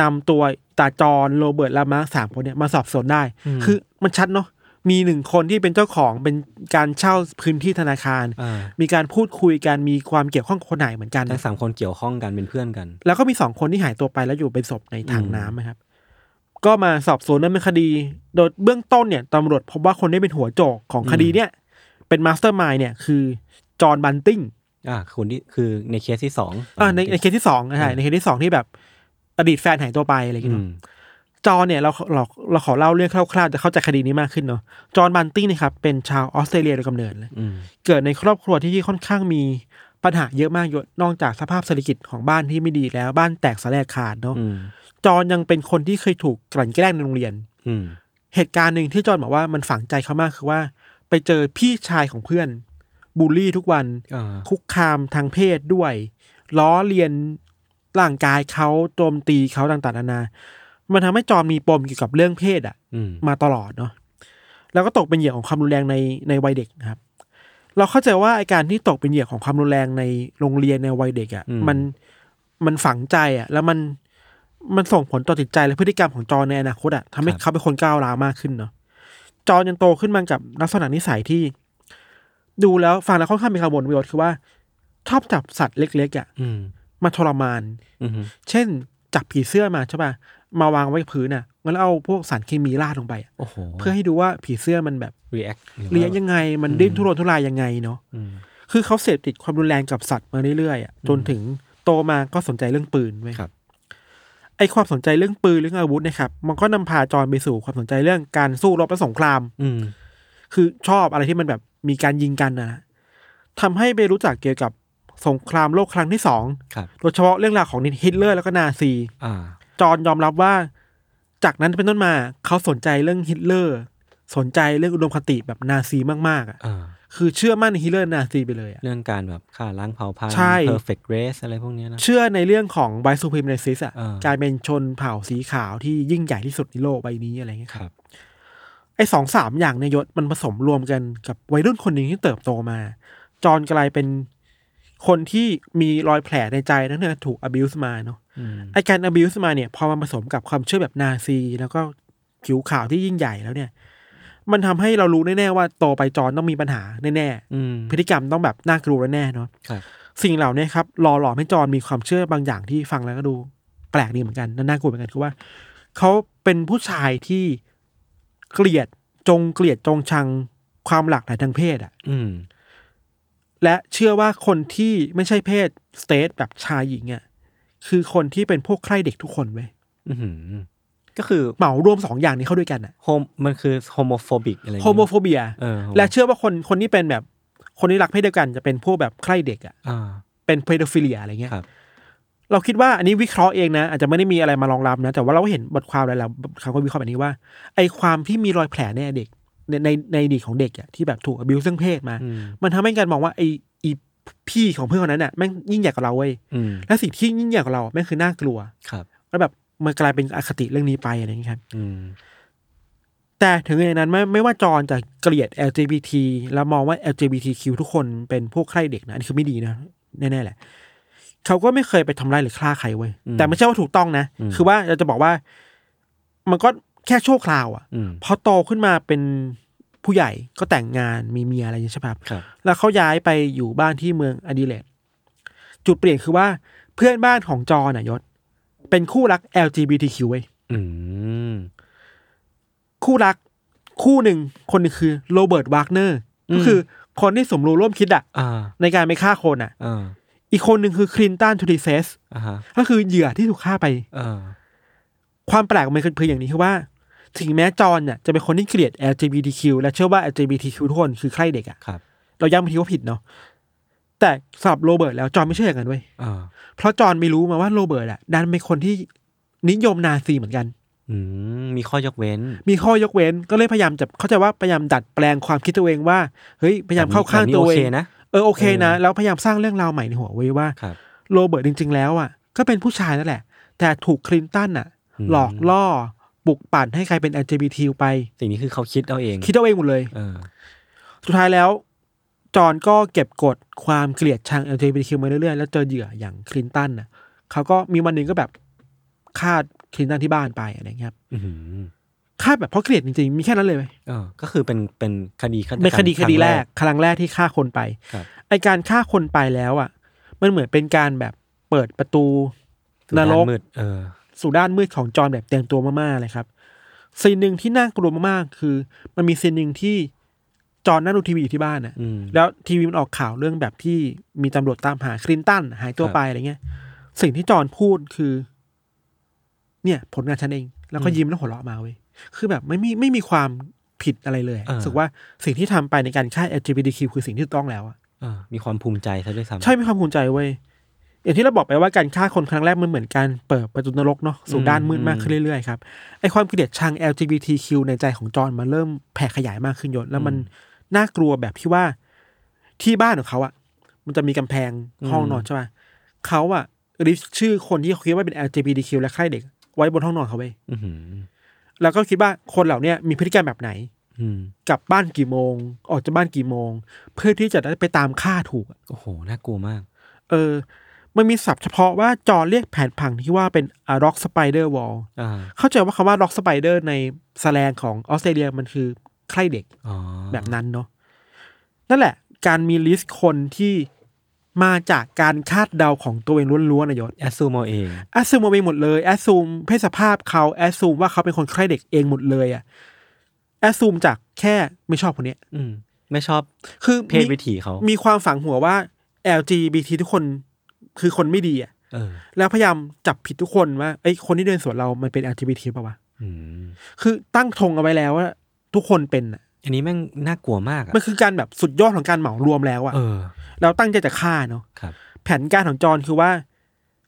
[SPEAKER 2] นำตัวตาจรโรเบิร์ตลามาร์คสามคนเนี่ยมาสอบสวนได้ คือมันชัดเนาะมีหนึ่งคนที่เป็นเจ้าของเป็นการเช่าพื้นที่ธนาคาร
[SPEAKER 1] อ่า
[SPEAKER 2] มีการพูดคุยกันมีความเกี่ยวข้องกับคนไหนเหมือนกัน
[SPEAKER 1] ทั้งสามคนเกี่ยวข้องกันเป็นเพื่อนกัน
[SPEAKER 2] แล้วก็มีสองคนที่หายตัวไปแล้วอยู่เป็นศพในถัง
[SPEAKER 1] อืม
[SPEAKER 2] น้ำนะครับ ก็มาสอบสวนดำเนินคดี โดยเบื้องต้นเนี่ยตำรวจพบว่าคนที่เป็นหัวโจกของคดีเนี่ย เป็นมาสเตอร์มายเนี่ยคือจอห์นบันติง
[SPEAKER 1] อ่าคนที่คือในเคสที่สอง
[SPEAKER 2] อ่าในในเคสที่สองนะฮะ
[SPEAKER 1] อืม
[SPEAKER 2] ในเคสที่สองที่แบบอดีตแฟนหายตัวไปอะไรอย่าง
[SPEAKER 1] อื
[SPEAKER 2] เงี้ยเน
[SPEAKER 1] ม
[SPEAKER 2] อะจอห์นเนี่ยเราเราเราขอเล่าเรื่องคร่าวๆจะเข้าใจคดีนี้มากขึ้นเนาะจอห์นบันติงเนะครับเป็นชาวออสเตรเลียโดยกำเนิดเลย
[SPEAKER 1] อืม
[SPEAKER 2] เกิดในครอบครัวที่ค่อนข้างมีปัญหาเยอะมากยศนอกจากสภาพเศรษฐกิจของบ้านที่ไม่ดีแล้วบ้านแตกสลายขาดเนาะ
[SPEAKER 1] อืม
[SPEAKER 2] จอนยังเป็นคนที่เคยถูกกลั่นแกล้งในโรงเรียน
[SPEAKER 1] อืม
[SPEAKER 2] เหตุการณ์หนึ่งที่จอนบอกว่ามันฝังใจเขามากคือว่า ไปเจอพี่ชายของเพื่อนบูลลี่ทุกวัน
[SPEAKER 1] อ่า
[SPEAKER 2] คุกคามทางเพศด้วย ล้อเลียนร่างกายเขาโจมตีเขาต่างๆนานา มันทำให้จอนมีปมเกี่ยวกับเรื่องเพศอ่ะ
[SPEAKER 1] อืม
[SPEAKER 2] มาตลอดเนาะแล้วก็ตกเป็นเหยื่อของความรุนแรงในในวัยเด็กนะครับ เราเข้าใจว่าไอการที่ตกเป็นเหยื่อของความรุนแรงในโรงเรียนในวัยเด็กอะ่ะ
[SPEAKER 1] อืม
[SPEAKER 2] มันมันฝังใจอะ่ะ แล้วมันมันส่งผลต่อจิตใจและพฤติกรรมของจอในอนาคตอะ่ะทำให้เขาเป็นคนก้าวร้าวมากขึ้นเนาะจอยังโตขึ้นมากับลักษณะนิสัยที่ ดูแล้วฟังแล้วค่อนข้างมีขบวนประโยชน์คือว่าชอบจับสัตว์เล็กๆอะ่ะ
[SPEAKER 1] อืม
[SPEAKER 2] มาทรมาน
[SPEAKER 1] อืม
[SPEAKER 2] เช่น จับผีเสื้อมาใช่ป่ะมาวางไว้กับพื้นอ่ะงั้นแล้วเอาพวกสารเคมีราดลงไปอะ
[SPEAKER 1] โอ้โห
[SPEAKER 2] เพื่อให้ดูว่าผีเสื้อมันแบบ
[SPEAKER 1] react หอว่า
[SPEAKER 2] เลี้ยงยังไง มันดิ้นทุรนทุรายยังไงเนาะ
[SPEAKER 1] อืม
[SPEAKER 2] คือเขาเสพติดความรุนแรงกับสัตว์มาเรื่อยๆอะจนถึงโตมาก็สนใจเรื่องปืนไว้ย
[SPEAKER 1] ครับ
[SPEAKER 2] ไอความสนใจเรื่องปืนเรื่องอาวุธเนะครับมันก็นำพาจอนไปสู่ความสนใจเรื่องการสู้รบและสงคราม
[SPEAKER 1] อืม
[SPEAKER 2] คือชอบอะไรที่มันแบบมีการยิงกันนะทำให้ไปรู้จักเกี่ยวกับสงครามโลกครั้งที่สอง
[SPEAKER 1] ครับ
[SPEAKER 2] โดยเฉพาะเรื่องราวของฮิตเลอร์แล้วก็นาซี
[SPEAKER 1] อ่า
[SPEAKER 2] จอห์นยอมรับว่า จากนั้นเป็นต้นมาเขาสนใจเรื่องฮิตเลอร์ สนใจเรื่องอุดมคติแบบนาซีมากๆอ่ะ
[SPEAKER 1] อ่า
[SPEAKER 2] คือเชื่อมั่นในฮิตเลอร์นาซีไปเลยอ่ะ
[SPEAKER 1] เรื่องการแบบฆ่าล้างเผ่าพันธุ์
[SPEAKER 2] ใช่
[SPEAKER 1] perfect race อะไรพวกเนี้ยนะ
[SPEAKER 2] เชื่อในเรื่องของไวซูพรีมเนซิสอ่ะ
[SPEAKER 1] อ่า
[SPEAKER 2] การเป็นชนเผ่าสีขาวที่ยิ่งใหญ่ที่สุดในโลกใบนี้อะไรเงี้ย
[SPEAKER 1] ค
[SPEAKER 2] ครับ
[SPEAKER 1] รับ
[SPEAKER 2] ไอ้สองสามอย่างในยยศมันผสมรวมกันกับวัยรุ่นคนหนึ่งที่เติบโตมา จอห์นกลายเป็นคนที่มีรอยแผลในใจตั้งแต่ถูก abuse มาเนาะ
[SPEAKER 1] อืม
[SPEAKER 2] ไอการ abuse มาเนี่ยพอมันผสมกับความเชื่อแบบนาซี แล้วก็ผิวขาวที่ยิ่งใหญ่แล้วเนี่ย มันทำให้เรารู้แน่ๆว่าโตไปจอนต้องมีปัญหาแน่
[SPEAKER 1] อืม
[SPEAKER 2] ๆพฤติกรรมต้องแบบน่ากลัวแน่ๆเนาะ
[SPEAKER 1] ครับ
[SPEAKER 2] สิ่งเหล่านี้ครับหล่อหลอมให้จอนมีความเชื่อบางอย่างที่ฟังแล้วก็ดูแปลกดีเหมือนกันและน่ากลัวเหมือนกันคือว่าเขาเป็นผู้ชายที่เกลียดจงเกลียดจงชังความหลากหลายทางเพศอะ
[SPEAKER 1] อืม
[SPEAKER 2] และเชื่อว่าคนที่ไม่ใช่เพศสเตทแบบชายหญิงอะคือคนที่เป็นพวกใคร่เด็กทุกคนเว้ย
[SPEAKER 1] อื้อหือก็คือ
[SPEAKER 2] เหมารวมสองอย่างนี้เข้าด้วยกันอะ
[SPEAKER 1] โฮมมันคือ homophobic อะไรอย่าง
[SPEAKER 2] โฮ
[SPEAKER 1] เงี้ย
[SPEAKER 2] โมโฟเบีย
[SPEAKER 1] เออ homo-
[SPEAKER 2] และเชื่อว่าคนคนที่เป็นแบบคนที่รักเพศเดียวกันจะเป็นพวกแบบใคร่เด็กอะ
[SPEAKER 1] อ่า
[SPEAKER 2] เป็นเพดฟิเลียอะไรเงี้ย
[SPEAKER 1] ครับ
[SPEAKER 2] เราคิดว่าอันนี้วิเคราะห์เองนะ อาจจะไม่ได้มีอะไรมารองรับนะ แต่ว่าเราเห็นบทความหลายๆบทความก็วิเคราะห์แบบนี้ว่าไอความที่มีรอยแผลในเด็กในในในอดีตของเด็กอะที่แบบถูกอบิวเรื่องเพศมา
[SPEAKER 1] อืม
[SPEAKER 2] มันทำให้การมองว่าไออีพี่ของเพื่อนคนนั้นน่ะแม่งยิ่งใหญ่กว่าเราเว้ย
[SPEAKER 1] อืม
[SPEAKER 2] และสิ่งที่ยิ่งใหญ่กว่าเราอะแม่งคือน่ากลัว
[SPEAKER 1] ครับ
[SPEAKER 2] แล้วแบบมันกลายเป็นอคติเรื่องนี้ไปอะไรเงี้ยครับ
[SPEAKER 1] อืม
[SPEAKER 2] แต่ถึงอย่างนั้นไม่ไม่ว่าจอนจะเกลียด LGBT แล้วมองว่า LGBTQ ทุกคนเป็นพวกใครเด็กนะอันนี้คือไม่ดีนะแน่ๆแหละ เขาก็ไม่เคยไปทำร้ายหรือฆ่าใครเว้ย
[SPEAKER 1] อืม
[SPEAKER 2] แต่ไม่ใช่ว่าถูกต้องนะ
[SPEAKER 1] อืม
[SPEAKER 2] คือว่าเราจะบอกว่า มันก็แค่ชั่วคราวอะ่ะ
[SPEAKER 1] อืม
[SPEAKER 2] พอโตขึ้นมาเป็นผู้ใหญ่ก็แต่งงานมีเมียอะไรอย่างเงี้ยใช่ปะ
[SPEAKER 1] ครับ
[SPEAKER 2] แล้วเขาย้ายไปอยู่บ้านที่เมืองอดิเลดจุดเปลี่ยนคือว่าเพื่อนบ้านของจอนน่ะยศ เป็นคู่รัก LGBTQ เว้ย
[SPEAKER 1] อืม
[SPEAKER 2] คู่รักคู่หนึ่งคนหนึงคือโรเบิร์ตวากเนอร์
[SPEAKER 1] อืม
[SPEAKER 2] ก็คือคนที่สมรู้ร่วมคิดอะ
[SPEAKER 1] อ่า
[SPEAKER 2] ในการไปฆ่าคนอะ
[SPEAKER 1] อ่า
[SPEAKER 2] อีกคนหนึ่งคือคลินตันทูริเซส
[SPEAKER 1] อ่าฮะ
[SPEAKER 2] ก็คือเหยื่อที่ถูกฆ่าไป
[SPEAKER 1] อ่า
[SPEAKER 2] ความแปลกของมันคืออย่างนี้คือว่า ถึงแม้จอนเนี่ยจะเป็นคนที่เกลียด LGBTQ และเชื่อว่า LGBTQ ทุกคนคือใครเด็กอะ
[SPEAKER 1] ครับ
[SPEAKER 2] เราย้ำอีกทีว่าผิดเนาะแต่สำหรับโรเบิร์ตแล้วจอนไม่เชื่ออย่างนั้นเว้ย
[SPEAKER 1] อ่า
[SPEAKER 2] เพราะจอนไม่รู้มาว่าโรเบิร์ตอะดันเป็นคนที่นิยมนาซีเหมือนกัน
[SPEAKER 1] อืมมีข้อยกเว้น
[SPEAKER 2] มีข้อยกเว้นก็เลยพยายามจะเข้าใจว่าพยายามดัดแปลงความคิดตัวเองว่าเฮ้ยพยายามเข้าข้างตัวเอ
[SPEAKER 1] แบบนี้โอ
[SPEAKER 2] ง
[SPEAKER 1] เคนะ
[SPEAKER 2] เออโอเคนะแล้วพยายามสร้างเรื่องราวใหม่ในหัวไว้ว่า
[SPEAKER 1] ครับ
[SPEAKER 2] โรเบิร์ตจริง ๆ แล้วอ่ะก็เป็นผู้ชายนั่นแหละ แต่ถูกคลินตันอ่ะ
[SPEAKER 1] อืม
[SPEAKER 2] หลอกล่อปลุกปั่นให้ใครเป็น LGBT ไป
[SPEAKER 1] สิ่งนี้คือเขาคิดเอาเอง
[SPEAKER 2] คิดเอาเองหมดเลย
[SPEAKER 1] เออ
[SPEAKER 2] สุดท้ายแล้ว จอห์นก็เก็บกดความเกลียดชัง LGBTQ มาเรื่อยๆ แล้วเจอเหยื่ออย่างคลินตันน่ะเขาก็มีวันหนึ่งก็แบบฆ่าคลินตันที่บ้านไปอะไรเงี้ยครับ
[SPEAKER 1] อือหือ
[SPEAKER 2] ฆ่าแบบเพราะเกลียดจริงๆ มีแค่นั้นเลยไหม
[SPEAKER 1] เออก็คือเป็นเป็นคดีฆาตกรรม
[SPEAKER 2] เป็นคดีคดีแรก
[SPEAKER 1] ง
[SPEAKER 2] ครั้งแรกที่ฆ่าคนไป
[SPEAKER 1] ครับ
[SPEAKER 2] ไอการฆ่าคนไปแล้วอ่ะ มันเหมือนเป็นการแบบเปิดประตู
[SPEAKER 1] สู่ด้าน
[SPEAKER 2] รก
[SPEAKER 1] มืดเออ
[SPEAKER 2] สู่ด้านมืดของจอห์นแบบเต็มตัวมากๆเลยครับซีนหนึ่งที่น่ากลัวมากๆคือ มันมีซีนหนึ่งที่จอห์นนั่งดูทีวีอยู่ที่บ้านน่ะ
[SPEAKER 1] อืม
[SPEAKER 2] แล้วทีวีมันออกข่าวเรื่องแบบที่มีตำรวจตามหาคลินตันหายตัวไปอะไรเงี้ย สิ่งที่จอห์นพูดคือ เนี่ย ผลงานฉันเอง แล้วก็ยิ้มแล้วหัวเราะมาเว้ยคือแบบไม่มีไม่มีความผิดอะไรเลย
[SPEAKER 1] เออ
[SPEAKER 2] รู้สึกว่าสิ่งที่ทำไปในการฆ่า LGBTQ คือสิ่งที่ถูกต้องแล้วอะ
[SPEAKER 1] เออมีความภูมิใจซะด้วยซ้ำ
[SPEAKER 2] ใช่มีความภูมิใจเว้ย อย่างที่เราบอกไปว่าการฆ่าคนครั้งแรกมันเหมือนการเปิดประตูนรกเนาะสู่
[SPEAKER 1] อืม
[SPEAKER 2] ด้านมืดมากขึ้นเรื่อยๆครับไอความเกลียดชัง LGBTQ ในใจของจอห์นมันเริ่มแผ่ขยายมากขึ้นยศแล้วมันน่ากลัวแบบที่ว่าที่บ้านของเขาอะมันจะมีกำแพงห้องนอนใช่ป่ะเขาอะริสต์ชื่อคนที่เขาคิดว่าเป็น LGBTQ และใครเด็ก ไว้บนห้องนอนเขาเว้ย
[SPEAKER 1] อือหือ
[SPEAKER 2] แล้วก็คิดว่าคนเหล่าเนี้ยมีพฤติกรรมแบบไหน
[SPEAKER 1] อืม
[SPEAKER 2] กลับบ้านกี่โมง ออกจากบ้านกี่โมง เพื่อที่จะได้ไปตามฆ่าถูกอะ
[SPEAKER 1] โอ้โหน่ากลัวมาก
[SPEAKER 2] เออ มันมีศัพท์เฉพาะว่าจอเรียกแผนผังที่ว่าเป็นอะร็อกสไปเดอร์วอล
[SPEAKER 1] อ่า
[SPEAKER 2] เข้าใจว่าคำว่าร็อกสไปเดอร์ในแสแลงของออสเตรเลียมันคือใครเด็ก
[SPEAKER 1] อ๋อ
[SPEAKER 2] แบบนั้นเนาะ นั่นแหละ การมีลิสต์คนที่มาจากการคาดเดาของตัวเองล้วนๆนะยศ
[SPEAKER 1] แอสซูมเอาเอง
[SPEAKER 2] แอสซูมเอาเองหมดเลยแอสซูมเพศสภาพเขาแอสซูมว่าเขาเป็นคนใครเด็กเองหมดเลยอะแอสซูมจากแค่ไม่ชอบคนเนี้ย
[SPEAKER 1] อืมไม่ชอบ
[SPEAKER 2] คือ
[SPEAKER 1] เพศวิถีเขา
[SPEAKER 2] มีความฝังหัวว่า LGBT ทุกคนคือคนไม่ดีอะ
[SPEAKER 1] เออ
[SPEAKER 2] แล้วพยายามจับผิดทุกคนว่าไอ้ยคนที่เดินสวนเรามันเป็น LGBT ป่าวะ
[SPEAKER 1] อืม
[SPEAKER 2] คือตั้งธงเอาไว้แล้วว่าทุกคนเป็นน่ะ
[SPEAKER 1] อันนี้แม่งน่ากลัวมากอะ
[SPEAKER 2] มันคือการแบบสุดยอดของการเหมารวมแล้วอะ
[SPEAKER 1] เออ
[SPEAKER 2] เราตั้งใจจะฆ่าเนาะ
[SPEAKER 1] ครับ
[SPEAKER 2] แผนการของจอห์นคือว่า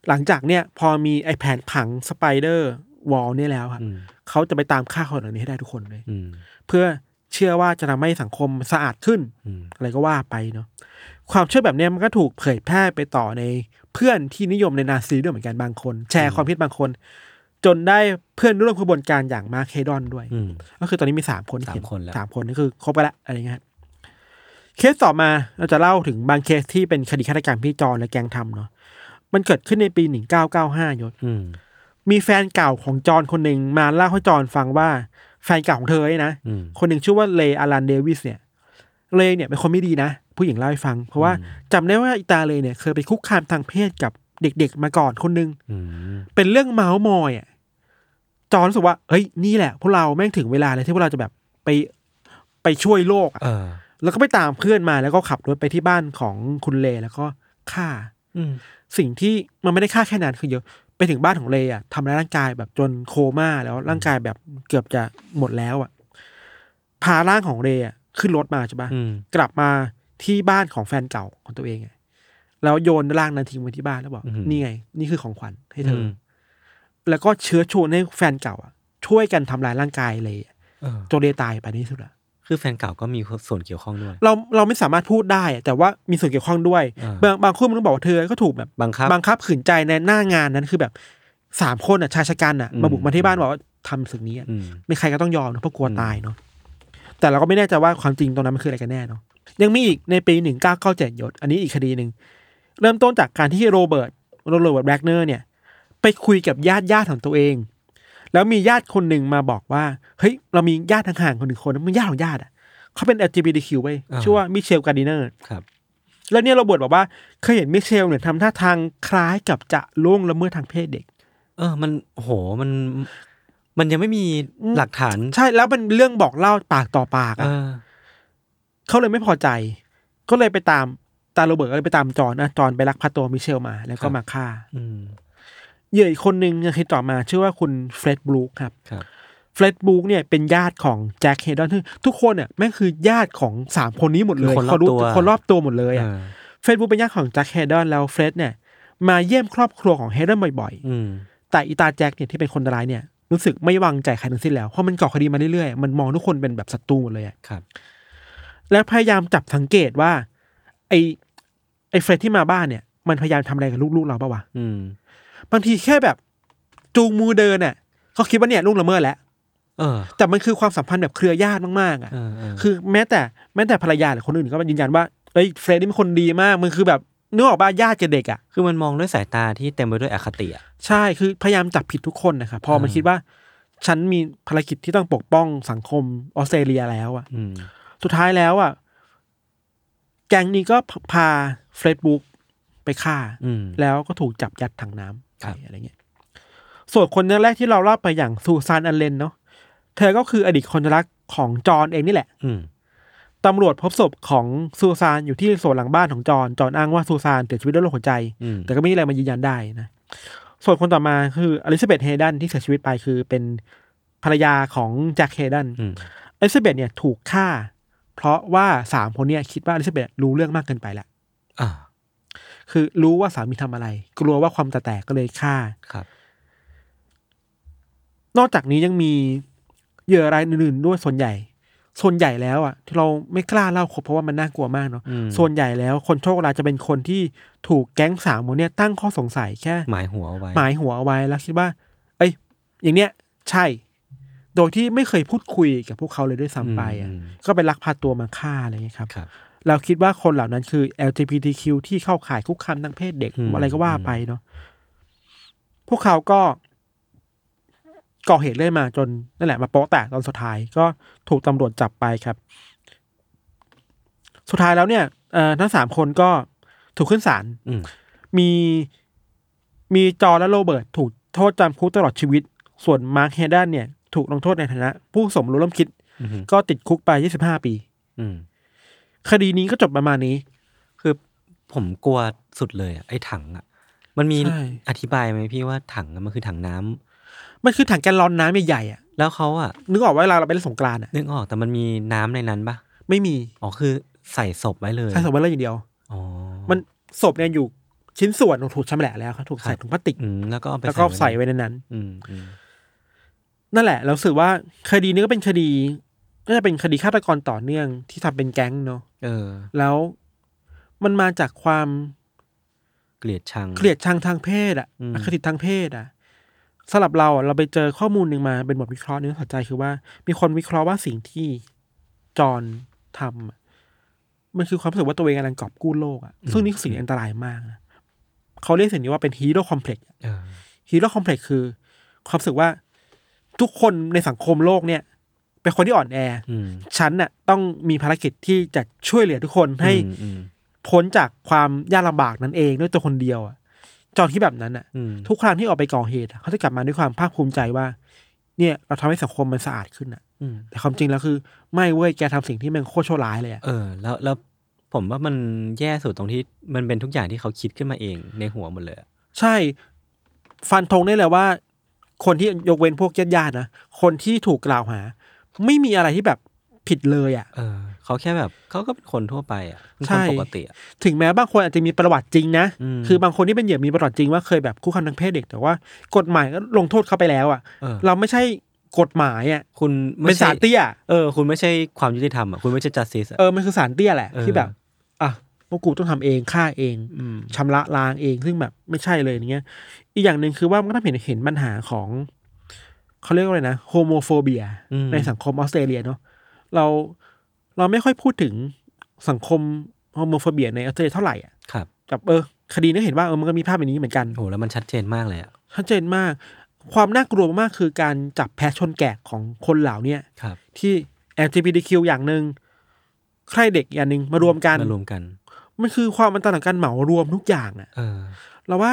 [SPEAKER 2] หลังจากเนี่ย พอมีไอ้แผนผังสไปเดอร์วอลเนี่ยแล้วครับ
[SPEAKER 1] อืม
[SPEAKER 2] เขาจะไปตามฆ่าคนเหล่านี้ให้ได้ทุกคนเลย
[SPEAKER 1] อืม
[SPEAKER 2] เพื่อเชื่อว่าจะทำให้สังคมสะอาดขึ้น
[SPEAKER 1] อืม
[SPEAKER 2] อะไรก็ว่าไปเนาะความเชื่อแบบเนี้ยมันก็ถูกเผยแพร่ไปต่อในเพื่อนที่นิยมในนาซีด้วยเหมือนกันบางคน แชร์ความคิดบางคน จนได้เพื่อนร่วมขบวนการอย่างมาร์คเฮดอนด้วย
[SPEAKER 1] อืม
[SPEAKER 2] ก็คือตอนนี้มีสามคน
[SPEAKER 1] สาม
[SPEAKER 2] เห็
[SPEAKER 1] คนแล้ว
[SPEAKER 2] สามคนก็คือครบกันละอะไรเงี้ยฮะเคสต่อมาเราจะเล่าถึงบางเคสที่เป็นคดีฆาตกรรมพี่จอนและแกงทำเนาะมันเกิดขึ้นในปี 1995ยศ
[SPEAKER 1] อืม
[SPEAKER 2] มีแฟนเก่าของจอนคนหนึ่งมาเล่าให้จอนฟังว่าแฟนเก่าของเธอเนี่ยนะ
[SPEAKER 1] อืม
[SPEAKER 2] คนหนึ่งชื่อว่าเลอารันเดวิสเนี่ย เลเนี่ยเป็นคนไม่ดีนะ ผู้หญิงเล่าให้ฟัง เพราะว่าจำได้ว่าอิตาเลเนี่ยเคยไปคุกคามทางเพศกับเด็กๆมาก่อนคนหนึง
[SPEAKER 1] อืม
[SPEAKER 2] เป็นเรื่องเมาส์มอยอ่ะจอห์นรู้สึกว่าเฮ้ยนี่แหละ พวกเราแม่งถึงเวลาเลยที่พวกเราจะแบบไปไปช่วยโลกอะ
[SPEAKER 1] เออ
[SPEAKER 2] แล้วก็ไปตามเพื่อนมาแล้วก็ขับรถไปที่บ้านของคุณเลแล้วก็ฆ่า
[SPEAKER 1] อืม
[SPEAKER 2] สิ่งที่มันไม่ได้ฆ่าแค่นั้นคือเยอะไปถึงบ้านของเลอะทำร้ายร่างกายแบบจนโคม่าแล้วร่างกายแบบเกือบจะหมดแล้วอ่ะพาร่างของเลอะขึ้นรถมาใช่ปะ
[SPEAKER 1] อืม
[SPEAKER 2] กลับมาที่บ้านของแฟนเก่าของตัวเองอะแล้วโยนร่างนั้นทิ้งไว้ที่บ้านแล้วบอกนี่ไง นี่คือของขวัญให้เธออ
[SPEAKER 1] ม
[SPEAKER 2] แล้วก็เชื้อชวนให้แฟนเก่าอ่ะ ช่วยกันทำร้ายร่างกายเลอะ
[SPEAKER 1] เออ
[SPEAKER 2] จนเลตายไปในที่สุดอะ
[SPEAKER 1] คือแฟนเก่าก็มีส่วนเกี่ยวข้องด้วย
[SPEAKER 2] เราเราไม่สามารถพูดได้อะแต่ว่ามีส่วนเกี่ยวข้องด้วย
[SPEAKER 1] อ่า
[SPEAKER 2] บางบางคู่มันก็บอกว่าเธอก็ถูกแบบ
[SPEAKER 1] บังคับ
[SPEAKER 2] ขืนใจในหน้างานนั้นคือแบบสามคนอ่ะชายชะกันอ่ะ
[SPEAKER 1] อืม
[SPEAKER 2] มาบุกมาที่บ้านบอกว่าทำสิ่งนี้อะ
[SPEAKER 1] อืม
[SPEAKER 2] ไม่ใครก็ต้องยอมนะเพราะกลัวตายเนาะแต่เราก็ไม่แน่ใจว่าความจริงตรงนั้นมันคืออะไรกันแน่เนาะยังมีอีกในปีหนึ่งเก้าเก้าเจ็ดยศอันนี้อีกคดีหนึ่งเริ่มต้นจากการที่โรเบิร์ตโรเบิร์ตแบล็กเนอร์เนี่ย ไปคุยกับญาติญาติของตัวเอง แล้วมีญาติคนหนึ่งมาบอกว่าเฮ้ยเรามีญาติห่างๆคนหนึ่งคนนะมันญาติของญาติอ่ะเขาเป็น LGBTQ เว้ย
[SPEAKER 1] อ่า
[SPEAKER 2] ชื่อว่ามิเชลการ์ดิเนอร์
[SPEAKER 1] ครับ
[SPEAKER 2] แล้วเนี่ยเราบวชบอกว่าเคยเห็นมิเชลเนี่ยทำท่าทางคล้ายกับจะล่วงละเมิดทางเพศเด็ก
[SPEAKER 1] เออมันโอ้โหมัน มันยังไม่มีหลักฐาน
[SPEAKER 2] ใช่แล้วเป็นเรื่องบอกเล่าปากต่อปาก
[SPEAKER 1] เอ
[SPEAKER 2] อะ
[SPEAKER 1] อ
[SPEAKER 2] เขาเลยไม่พอใจ ก็เลยไปตามตาโรเบิร์ตก็เลยไปตามจอห์นนะจอห์นไปลักพาตัวมิเชลมา แล้ว
[SPEAKER 1] ค
[SPEAKER 2] ก็
[SPEAKER 1] รับ
[SPEAKER 2] มาฆ่า
[SPEAKER 1] อืม
[SPEAKER 2] เหยื่ออีกคนนึงยังเคยต่อมาชื่อว่าคุณเฟร็ดบลูคครับ
[SPEAKER 1] ครับ
[SPEAKER 2] เฟลดบุ๊กเนี่ยเป็นญาติของแจ็คเฮดอนซึ่งทุกคนเนี่ยแม่งคือญาติของสามคนนี้หมดเลย
[SPEAKER 1] คือคนรอบ
[SPEAKER 2] เขารู้
[SPEAKER 1] ตัว
[SPEAKER 2] คนรอบตัวหมดเลย
[SPEAKER 1] เอ
[SPEAKER 2] อะ
[SPEAKER 1] อ
[SPEAKER 2] เฟซบุ๊กเป็นญาติของแจ็คเฮดอนแล้วเฟรดเนี่ยมาเยี่ยมครอบครัวของเฮดอนบ่อย
[SPEAKER 1] อืม
[SPEAKER 2] ๆ แต่อีตาแจ็คเนี่ยที่เป็นคนร้ายเนี่ยรู้สึกไม่วางใจใครทั้งสิ้นแล้ว เพราะมันก่อคดีมาเรื่อยๆ มันมองทุกคนเป็นแบบศัตรูหมดเลยอะ
[SPEAKER 1] ครับ
[SPEAKER 2] แล้วพยายามจับสังเกตว่า ไอไอเฟรดที่มาบ้านเนี่ยมันพยายามทำอะไรกับลูกๆเราปะวะ
[SPEAKER 1] อืม
[SPEAKER 2] บางทีแค่แบบจูงมือเดินน่ะเขาคิดว่าเนี่ยลูกละเมิดแล้ว
[SPEAKER 1] เออ
[SPEAKER 2] แต่มันคือความสัมพันธ์แบบเครือญาติมากๆอ่ะ
[SPEAKER 1] เออเออ
[SPEAKER 2] คือแม้แต่แม้แต่ภรรยาหรือคนอื่นก็มายืนยันว่าเอ้ยเฟรดนี่เป็นคนดีมากมันคือแบบนึกออกป่ะญาติกับเด็กอ่ะ
[SPEAKER 1] คือมันมองด้วยสายตาที่เต็มไปด้วยอคติอะ
[SPEAKER 2] ใช่ คือพยายามจับผิดทุกคนนะครับ พอมัน
[SPEAKER 1] อ่า
[SPEAKER 2] คิดว่า ฉันมีภารกิจที่ต้องปกป้องสังคมออสเตรเลียแล้วอะ
[SPEAKER 1] อืม
[SPEAKER 2] สุดท้ายแล้วอะแก๊งนี้ก็พาเฟรดบุ๊กไปฆ่า
[SPEAKER 1] อืม
[SPEAKER 2] แล้วก็ถูกจับยัดถังน้ำไป
[SPEAKER 1] ครับ
[SPEAKER 2] อะไรเงี้ย ส่วนคนแรกที่เราเล่าไปอย่างซูซานอันเลนเนาะ เธอก็คืออดีตคนรักของจอห์นเองนี่แหละ
[SPEAKER 1] อืม
[SPEAKER 2] ตำรวจพบศพของซูซานอยู่ที่สวนหลังบ้านของจอห์นจอห์นอ้างว่าซูซานเสียชีวิตด้วยโรคหัวใจ
[SPEAKER 1] อืม
[SPEAKER 2] แต่ก็ไม่มีอะไรมายืนยันได้นะ ส่วนคนต่อมาคืออลิซาเบธเฮดันที่เสียชีวิตไปคือเป็นภรรยาของแจ็คเฮดัน
[SPEAKER 1] อืม
[SPEAKER 2] อลิซาเบธเนี่ยถูกฆ่า เพราะว่าสามคนเนี่ยคิดว่าอลิซาเบธรู้เรื่องมากเกินไปละ
[SPEAKER 1] อ่า
[SPEAKER 2] คือรู้ว่าสามีทำอะไร กลัวว่าความแตกก็เลยฆ่า
[SPEAKER 1] ครับ
[SPEAKER 2] นอกจากนี้ยังมีเหยื่อรายอื่นๆด้วยส่วนใหญ่ ส่วนใหญ่แล้วอ่ะ ที่เราไม่กล้าเล่าครบเพราะว่ามันน่ากลัวมากเนาะ
[SPEAKER 1] อืม
[SPEAKER 2] ส่วนใหญ่แล้วคนโชคร้ายจะเป็นคนที่ถูกแก๊งสามคนเนี่ยตั้งข้อสงสัยแค่
[SPEAKER 1] หมายหัวเอาไว้
[SPEAKER 2] หมายหัวเอาไว้แล้วคิดว่า เอ้ย อย่างเนี้ยใช่ โดยที่ไม่เคยพูดคุยกับพวกเขาเลยด้วยซ้ำไปอ่ะ
[SPEAKER 1] อืม
[SPEAKER 2] ก็ไปลักพาตัวมาฆ่าอะไรเงี้ยครับ
[SPEAKER 1] ครับ
[SPEAKER 2] เราคิดว่าคนเหล่านั้นคือ LGBTQ ที่เข้าข่ายคุกคามทางเพศเด็ก
[SPEAKER 1] อืม
[SPEAKER 2] อะไรก็ว่าไปเนาะ พวกเขาก็ก่อเหตุเรื่อยมาจนนั่นแหละมาโป๊ะแตกตอนสุดท้ายก็ถูกตำรวจจับไปครับ สุดท้ายแล้วเนี่ยเอ่อทั้งสามคนก็ถูกขึ้นศาล
[SPEAKER 1] อืม
[SPEAKER 2] มีมีจอและโรเบิร์ตถูกโทษจำคุกตลอดชีวิต ส่วนมาร์คเฮดันเนี่ย ถูกลงโทษในฐานะ ผู้สมรู้ร่วมคิด
[SPEAKER 1] อืม
[SPEAKER 2] ก็ติดคุกไป 25 ปี
[SPEAKER 1] อืม
[SPEAKER 2] คดีนี้ก็จบประมาณนี้
[SPEAKER 1] คือผมกลัวสุดเลยอะไอ้ถังอ่ะ มันมี
[SPEAKER 2] ใช่
[SPEAKER 1] อธิบายไหมพี่ว่าถังอะมันคือถังน้ำ
[SPEAKER 2] มันคือถังแกลลอนน้ำใหญ่ๆอ่ะ
[SPEAKER 1] แล้วเขาอ่ะ
[SPEAKER 2] นึกออกว่าเวลาเราไปเล่นสงกรานต์อ่ะ
[SPEAKER 1] นึกออกแต่มันมีน้ำในนั้นปะ
[SPEAKER 2] ไม่มี
[SPEAKER 1] อ๋อคือใส่ศพไว้เลย
[SPEAKER 2] ใช้สมบัติเลยอย่างเดียว
[SPEAKER 1] อ๋อ
[SPEAKER 2] มันศพเนี่ยอยู่ชิ้นส่วนถูกชำแหละแล้วครับถูก
[SPEAKER 1] ค
[SPEAKER 2] ใส่
[SPEAKER 1] รับ
[SPEAKER 2] ถุงพลาสติก
[SPEAKER 1] อืมแล้วก็เอาไป
[SPEAKER 2] แล้วก็ใส่
[SPEAKER 1] ไว้
[SPEAKER 2] ไว้ในนั้น
[SPEAKER 1] อืมอืม
[SPEAKER 2] นั่นแหละ เรารู้สึกว่าคดีนี้ก็เป็นคดีน่าจะเป็นคดีฆาตกรต่อเนื่องที่ทำเป็นแก๊งเนาะ
[SPEAKER 1] เออ
[SPEAKER 2] แล้วมันมาจากความ
[SPEAKER 1] เกลียดชัง
[SPEAKER 2] เกลียดชังทางเพศอ่ะ
[SPEAKER 1] อืม
[SPEAKER 2] อคติทางเพศอ่ะสำหรับเราอะเราไปเจอข้อมูลหนึ่งมาเป็นบทวิเคราะห์เนื้อสนใจคือว่า มีคนวิเคราะห์ว่าสิ่งที่จอห์นทำอะมันคือความรู้สึกว่าตัวเองกำลังกอบกู้โลกอ่ะซึ่งนี่คือสิ่งที่อันตรายมากนะเขาเรียกสิ่งนี้ว่าเป็นฮีโร่คอมเพล็กซ์
[SPEAKER 1] เออ
[SPEAKER 2] ฮีโร่คอมเพล็กซ์คือ ความรู้สึกว่าทุกคนในสังคมโลกเนี่ย เป็นคนที่อ่อนแอ
[SPEAKER 1] อืม
[SPEAKER 2] ฉันน่ะต้องมีภารกิจที่จะช่วยเหลือทุกคนให้
[SPEAKER 1] อืมอืม
[SPEAKER 2] พ้นจากความยากลำบากนั้นเองด้วยตัวคนเดียวอ่ะจอห์นที่แบบนั้นอ่ะ
[SPEAKER 1] อืม
[SPEAKER 2] ทุกครั้งที่ออกไปก่อเหตุอะเขาจะกลับมาด้วยความภาคภูมิใจว่า เนี่ยเราทำให้สังคมมันสะอาดขึ้นอ่ะ
[SPEAKER 1] อืม
[SPEAKER 2] แต่ความจริงแล้วคือ ไม่เว้ยแกทำสิ่งที่มันโคตรชั่วร้ายเลยอ่ะ
[SPEAKER 1] เออแล้วแล้วผมว่ามันแย่สุดตรงที่มันเป็นทุกอย่างที่เขาคิดขึ้นมาเองในหัวหมดเลยอะ
[SPEAKER 2] ใช่ ฟันธงได้เลยว่า คนที่ยกเว้นพวกญาติญาติๆนะคนที่ถูกกล่าวหา ไม่มีอะไรที่แบบผิดเลยอ่ะ
[SPEAKER 1] เออ เขาแค่แบบเขาก็เป็นคนทั่วไปอ่ะเป็นค
[SPEAKER 2] ใช่
[SPEAKER 1] นปกติอ่ะ
[SPEAKER 2] ถึงแม้บางคนอาจจะมีประวัติจริงนะ
[SPEAKER 1] อืม
[SPEAKER 2] คือบางคนที่เป็นเหยื่อมีประวัติจริงว่าเคยแบบคุกคามทางเพศเด็กแต่ว่า กฎหมายก็ลงโทษเขาไปแล้วอ่ะ
[SPEAKER 1] เออ
[SPEAKER 2] เราไม่ใช่กฎหมายอ่ะ
[SPEAKER 1] คุณ
[SPEAKER 2] เป็
[SPEAKER 1] ไม่
[SPEAKER 2] น
[SPEAKER 1] ใช่
[SPEAKER 2] สารเตี้ย
[SPEAKER 1] เออ คุณไม่ใช่ความยุติธรรมอ่ะคุณไม่ใช่ justice อ่ะ
[SPEAKER 2] เออ มันคือสารเตี้ยแหละ
[SPEAKER 1] เออ
[SPEAKER 2] ที่แบบ อ่ะพวกกูต้องทำเองฆ่าเอง
[SPEAKER 1] ม
[SPEAKER 2] ชำระล้างเองซึ่งแบบไม่ใช่เลยอย่างเงี้ย อีกอย่างหนึ่งคือว่ามันก็ต้องเห็นเห็นปัญหาของเขาเรียกว่าอะไรนะโฮโมโฟเบีย
[SPEAKER 1] อืม
[SPEAKER 2] ในสังคมออสเตรเลียเนาะเราเราไม่ค่อยพูดถึงสังคมโฮโมโฟเบียในออสเตรเลียเท่าไหร่อ่ะ
[SPEAKER 1] ครับ
[SPEAKER 2] กับเออ คดีนี้เห็นว่าเออมันก็มีภาพแบบนี้เหมือนกัน
[SPEAKER 1] โหแล้วมันชัดเจนมากเลยอ่ะ
[SPEAKER 2] ชัดเจนมาก ความน่ากลัวมากคือการจับแพะชนแกะของคนเหล่าเนี้ย
[SPEAKER 1] ครับ
[SPEAKER 2] ที่ LGBTQ อย่างหนึ่งใครเด็กอย่างหนึ่งมารวมกัน
[SPEAKER 1] มารวมกัน
[SPEAKER 2] มันคือความอันตรายของการเหมารวมทุกอย่างอะ
[SPEAKER 1] เออ
[SPEAKER 2] เราว่า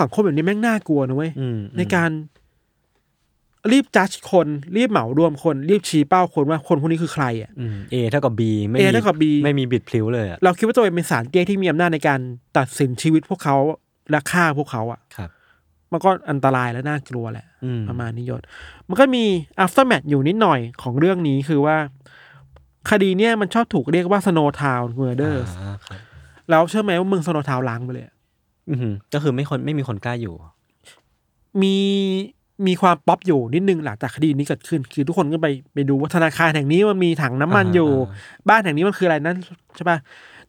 [SPEAKER 2] สังคมแบบนี้แม่งน่ากลัวนะเว้ย
[SPEAKER 1] อืม
[SPEAKER 2] ในการรีบจัดคน รีบเหมารวมคน รีบชี้เป้าคนว่าคนพวกนี้คือใครอ่ะ
[SPEAKER 1] อืม A เท่ากับ B ไม่มี
[SPEAKER 2] A เท่ากับ B
[SPEAKER 1] ไม่มีบิดพลิ้วเลยอ่ะ
[SPEAKER 2] เราคิดว่าตัวเองเป็นสารเตี้ยที่มีอำนาจในการตัดสินชีวิตพวกเขาและฆ่าพวกเขาอ่ะ
[SPEAKER 1] ครับ
[SPEAKER 2] มันก็อันตรายและน่ากลัวแหละ
[SPEAKER 1] อืม
[SPEAKER 2] ประมาณนี้ยศ มันก็มี aftermath อยู่นิดหน่อยของเรื่องนี้คือว่า คดีเนี่ยมันชอบถูกเรียกว่า snow town murders
[SPEAKER 1] อ่าครับ
[SPEAKER 2] แล้วเชื่อไหมว่าเมือง snow town ล้างไปเลยอะ
[SPEAKER 1] อือหือก็คือไม่คนไม่มีคนกล้าอยู่
[SPEAKER 2] มีมีความป๊อปอยู่นิดนึงหลังจากคดีนี้เกิดขึ้น คือทุกคนก็ไปไปดูว่าธนาคารแห่งนี้มันมีถังน้ำมัน
[SPEAKER 1] อ่า
[SPEAKER 2] อยู่
[SPEAKER 1] อ่
[SPEAKER 2] บ้านแห่งนี้มันคืออะไรนั่นใช่ปะ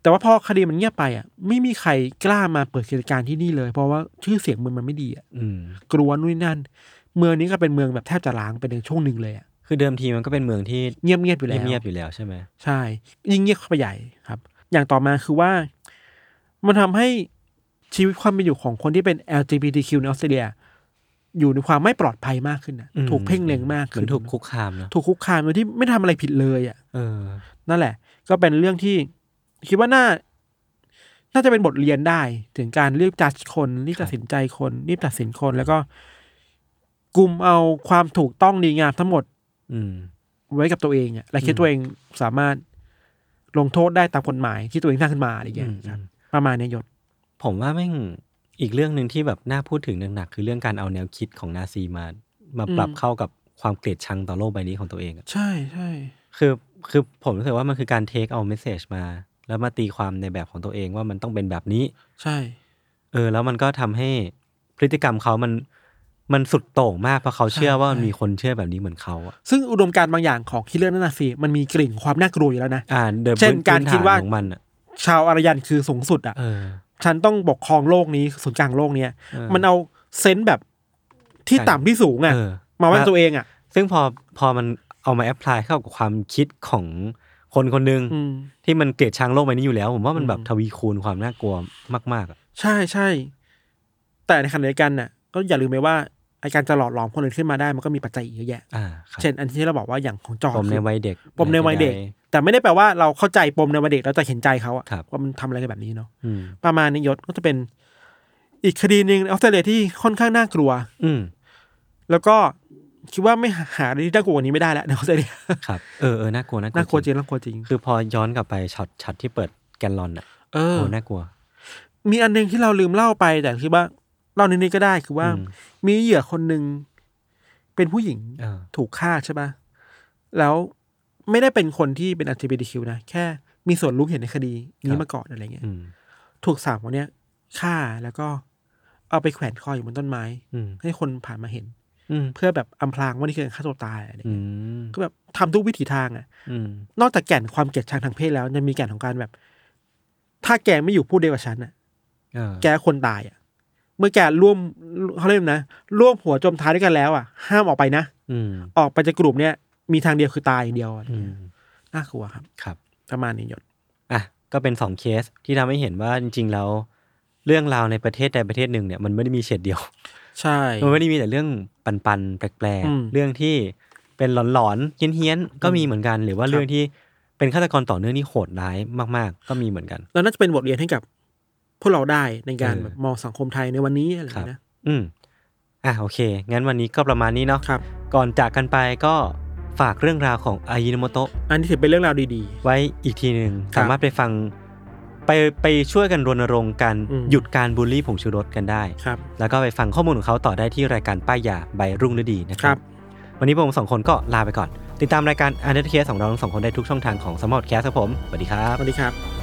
[SPEAKER 2] แต่ว่าพอคดีมันเงียบไปอ่ะ ไม่มีใครกล้ามาเปิดกิจการที่นี่เลย เพราะว่าชื่อเสียงเมืองมันไม่ดีอ่ะ
[SPEAKER 1] อืม
[SPEAKER 2] กลัวนู่นนนั่น เมืองนี้ก็เป็นเมืองแบบแทบจะล้างไปในช่วงหนึ่งเลยอ่ะ
[SPEAKER 1] คือเดิมทีมันก็เป็นเมืองที่
[SPEAKER 2] เงียบเงียบๆอยู่แล้ว
[SPEAKER 1] เงียบๆอยู่แล้วใช่ไหม
[SPEAKER 2] ใช่ ยิ่งเงียบเข้าไปใหญ่ครับ อย่างต่อมาคือว่า มันทำให้ชีวิตความเป็นอยู่ของคนที่เป็น LGBTQ ในออสเตรเลีย อยู่ในความไม่ปลอดภัยมากขึ้นนะ
[SPEAKER 1] อืม
[SPEAKER 2] ถูกเพ่งเล็งมาก
[SPEAKER 1] เห
[SPEAKER 2] ขึ้
[SPEAKER 1] มือน นถูกคุกคามเนอะ
[SPEAKER 2] ถูกคุกคามโดยที่ไม่ทำอะไรผิดเลยอ่ะ
[SPEAKER 1] เออ
[SPEAKER 2] นั่นแหละ ก็เป็นเรื่องที่คิดว่าน่า น่าจะเป็นบทเรียนได้ ถึงการรีบจัดคนรีบ
[SPEAKER 1] ครับ
[SPEAKER 2] ตัดสินใจคนรีบตัดสินคนแล้วก็กลุ่มเอาความถูกต้องดีงามทั้งหมด
[SPEAKER 1] อืม
[SPEAKER 2] ไว้กับตัวเองอะและคิด
[SPEAKER 1] อืม
[SPEAKER 2] ตัวเองสามารถลงโทษได้ตามกฎหมายที่ตัวเองสร้างขึ้นมาอะไรอย่างเงี้ย
[SPEAKER 1] อืม
[SPEAKER 2] ครับประมาณเนี้ยยศ
[SPEAKER 1] ผมว่าแม่งอีกเรื่องหนึ่งที่แบบน่าพูดถึงหนักๆคือเรื่องการเอาแนวคิดของนาซีมา มาปรับเข้ากับความเกลียดชังต่อโลกใบนี้ของตัวเองอะ
[SPEAKER 2] ใช่ใช่
[SPEAKER 1] คือคือผมรู้สึกว่ามันคือการเทคเอาเมสเซจมา แล้วมาตีความในแบบของตัวเองว่ามันต้องเป็นแบบนี้
[SPEAKER 2] ใช่
[SPEAKER 1] เออ แล้วมันก็ทำให้พฤติกรรมเขามันมันสุดโต่งมากเพราะเขาเชื่อว่ามันมีคนเชื่อแบบนี้เหมือนเขาอะ
[SPEAKER 2] ซึ่งอุดมการณ์บางอย่างของคิดเลอร์นานาซีมันมีกลิ่นความน่ากลัวอยู่แล้วนะ
[SPEAKER 1] อ่าเดิม
[SPEAKER 2] เช่นการคิดว่า
[SPEAKER 1] ของมันอะ
[SPEAKER 2] ชาวอารยันคือสูงสุดอะ
[SPEAKER 1] เออ
[SPEAKER 2] ฉันต้องปกครองโลกนี้ศูนย์กลางโลกเนี้ย
[SPEAKER 1] เออ
[SPEAKER 2] มันเอาเซนส์แบบที่
[SPEAKER 1] ใช่
[SPEAKER 2] ต่ำที่สูงอะ
[SPEAKER 1] เออ
[SPEAKER 2] มาไว้กับตัวเองอะ
[SPEAKER 1] ซึ่งพอพอมันเอามาแอพพลายเข้ากับความคิดของคนคนหนึ่ง
[SPEAKER 2] อืม
[SPEAKER 1] ที่มันเกลียดชังโลกใบนี้อยู่แล้ว ผมว่ามันแบบทวีคูณความน่ากลัวมากๆอะ
[SPEAKER 2] ใช่ใช่ แต่ในขณะเดียวกันน่ะ ก็อย่าลืมไปว่าไอการจะหลอดหลอมคนอื่นขึ้นมาได้มันก็มีปัจจัยอีกเยอะแยะ
[SPEAKER 1] อ่าครับ
[SPEAKER 2] เช่น อันที่เราบอกว่าอย่างของจอ
[SPEAKER 1] ป
[SPEAKER 2] ร์
[SPEAKER 1] ม
[SPEAKER 2] น
[SPEAKER 1] ใน
[SPEAKER 2] คือ
[SPEAKER 1] วัยเด็ก
[SPEAKER 2] ปมในวัยเด็ก
[SPEAKER 1] ใด
[SPEAKER 2] แต่ไม่ได้แปลว่าเราเข้าใจปมในวัยเด็กเราจะเห็นใจเขาอะ
[SPEAKER 1] ครับ
[SPEAKER 2] ว่ามันทำอะไรกันแบบนี้เนาะ
[SPEAKER 1] ๆอืม
[SPEAKER 2] ประมาณนี้ยศก็จะเป็นอีกคดีหนึ่งในออสเตรเลียที่ค่อนข้างน่ากลัว
[SPEAKER 1] อืม
[SPEAKER 2] แล้วก็คิดว่าไม่หาอะไรที่น่ากลัวกว่านี้ไม่ได้แล้วในออสเตรเลีย
[SPEAKER 1] ครับเออเออน่ากลัวน่ากลัว
[SPEAKER 2] น่ากลัวจริ
[SPEAKER 1] ง
[SPEAKER 2] งน่ากลัวจริง
[SPEAKER 1] คือพอย้อนกลับไปช็อตช็อตที่เปิดแกนลอนอ่ะ
[SPEAKER 2] เอ
[SPEAKER 1] โอ้
[SPEAKER 2] อ
[SPEAKER 1] น่ากลัว
[SPEAKER 2] มีอันหนึงที่เราลืมเล่าไป แต่คิดว่าเล่านิดนี้ก็ได้คือว่า
[SPEAKER 1] อืม
[SPEAKER 2] มีเหยื่อคนหนึ่งเป็นผู้หญิง
[SPEAKER 1] เออ
[SPEAKER 2] ถูกฆ่าใช่ปะแล้วไม่ได้เป็นคนที่เป็น LGBTQ นะ แค่มีส่วนรู้เห็นในคดีนี้มาก่อนอะไรเงี้ย
[SPEAKER 1] อืม
[SPEAKER 2] ถูกสามคนเนี้ยฆ่าแล้วก็เอาไปแขวนคออยู่บนต้นไม้
[SPEAKER 1] อืม
[SPEAKER 2] ให้คนผ่านมาเห็น
[SPEAKER 1] อืม
[SPEAKER 2] เพื่อแบบอำพรางว่านี่คือการฆ่าตัวตายอะไร
[SPEAKER 1] อื
[SPEAKER 2] เงี้ย
[SPEAKER 1] ม
[SPEAKER 2] ก็แบบทำทุกวิถีทางอ่ะ
[SPEAKER 1] อืม
[SPEAKER 2] นอกจากแก่นความเกลียดชังทางเพศแล้วยังมีแก่นของการแบบ ถ้าแกไม่อยู่พูดเดียวกับฉันอ่ะ
[SPEAKER 1] เออ
[SPEAKER 2] แกคนตายอ่ะ เมื่อแกร่วมเขาเรียกนะร่วมหัวจมท้ายด้วยกันแล้วอ่ะ ห้ามออกไปนะ
[SPEAKER 1] อืม
[SPEAKER 2] ออกไปจากกลุ่มเนี้ยมีทางเดียวคือตายอย่างเดียวอะ
[SPEAKER 1] อืม
[SPEAKER 2] น่ากลัวครับ
[SPEAKER 1] ครับ
[SPEAKER 2] ประมาณนี้ยศ
[SPEAKER 1] อ่ะก็เป็นสองเคสที่ทำให้เห็นว่าจริง ๆ แล้ว เรื่องราวในประเทศใดประเทศหนึ่งเนี่ยมันไม่ได้มีเฉดเดียว
[SPEAKER 2] ใช่
[SPEAKER 1] มันไม่ได้มีแต่เรื่องปันปันๆแปลก
[SPEAKER 2] อืม
[SPEAKER 1] ๆ เรื่องที่เป็นหลอนๆเฮี้ยนเฮี้ยนๆก็มีเหมือนกัน หรือว่า
[SPEAKER 2] ครับ
[SPEAKER 1] เรื่องที่เป็นฆาตกรต่อเนื่องที่โหดร้ายมาก ๆ ก็มีเหมือนกัน
[SPEAKER 2] แล้วน่าจะเป็นบทเรียนให้กับพวกเราได้ในการ
[SPEAKER 1] เออ
[SPEAKER 2] แบบมองสังคมไทยในวันนี้อะไรอย่างเงี้ยนะ
[SPEAKER 1] อืมอ่ะโอเค งั้นวันนี้ก็ประมาณนี้เนาะ
[SPEAKER 2] ครับ
[SPEAKER 1] ก่อนจากกันไปก็ฝากเรื่องราวของอายินโมโตะ
[SPEAKER 2] อันนี้ถือเป็นเรื่องราวดี
[SPEAKER 1] ไว้อีกทีหนึ่ง
[SPEAKER 2] ครับ
[SPEAKER 1] สามารถไปฟัง ไปไปช่วยกันรณรงค์การ
[SPEAKER 2] อืม
[SPEAKER 1] หยุดการบูลลี่ผงชูรสกันได้
[SPEAKER 2] ๆ ครับ
[SPEAKER 1] แล้วก็ไปฟังข้อมูลของเขาต่อได้ที่รายการป้ายยาใบรุ่งฤดีนะค
[SPEAKER 2] ครั
[SPEAKER 1] รับ บ วันนี้ผมสองคนก็ลาไปก่อน ติดตามรายการอันเดอร์เคสของเราทั้งสองคนได้ทุกช่องทางของสมอลแคสครับผม สวัสดีครับ
[SPEAKER 2] สวัสดีครับ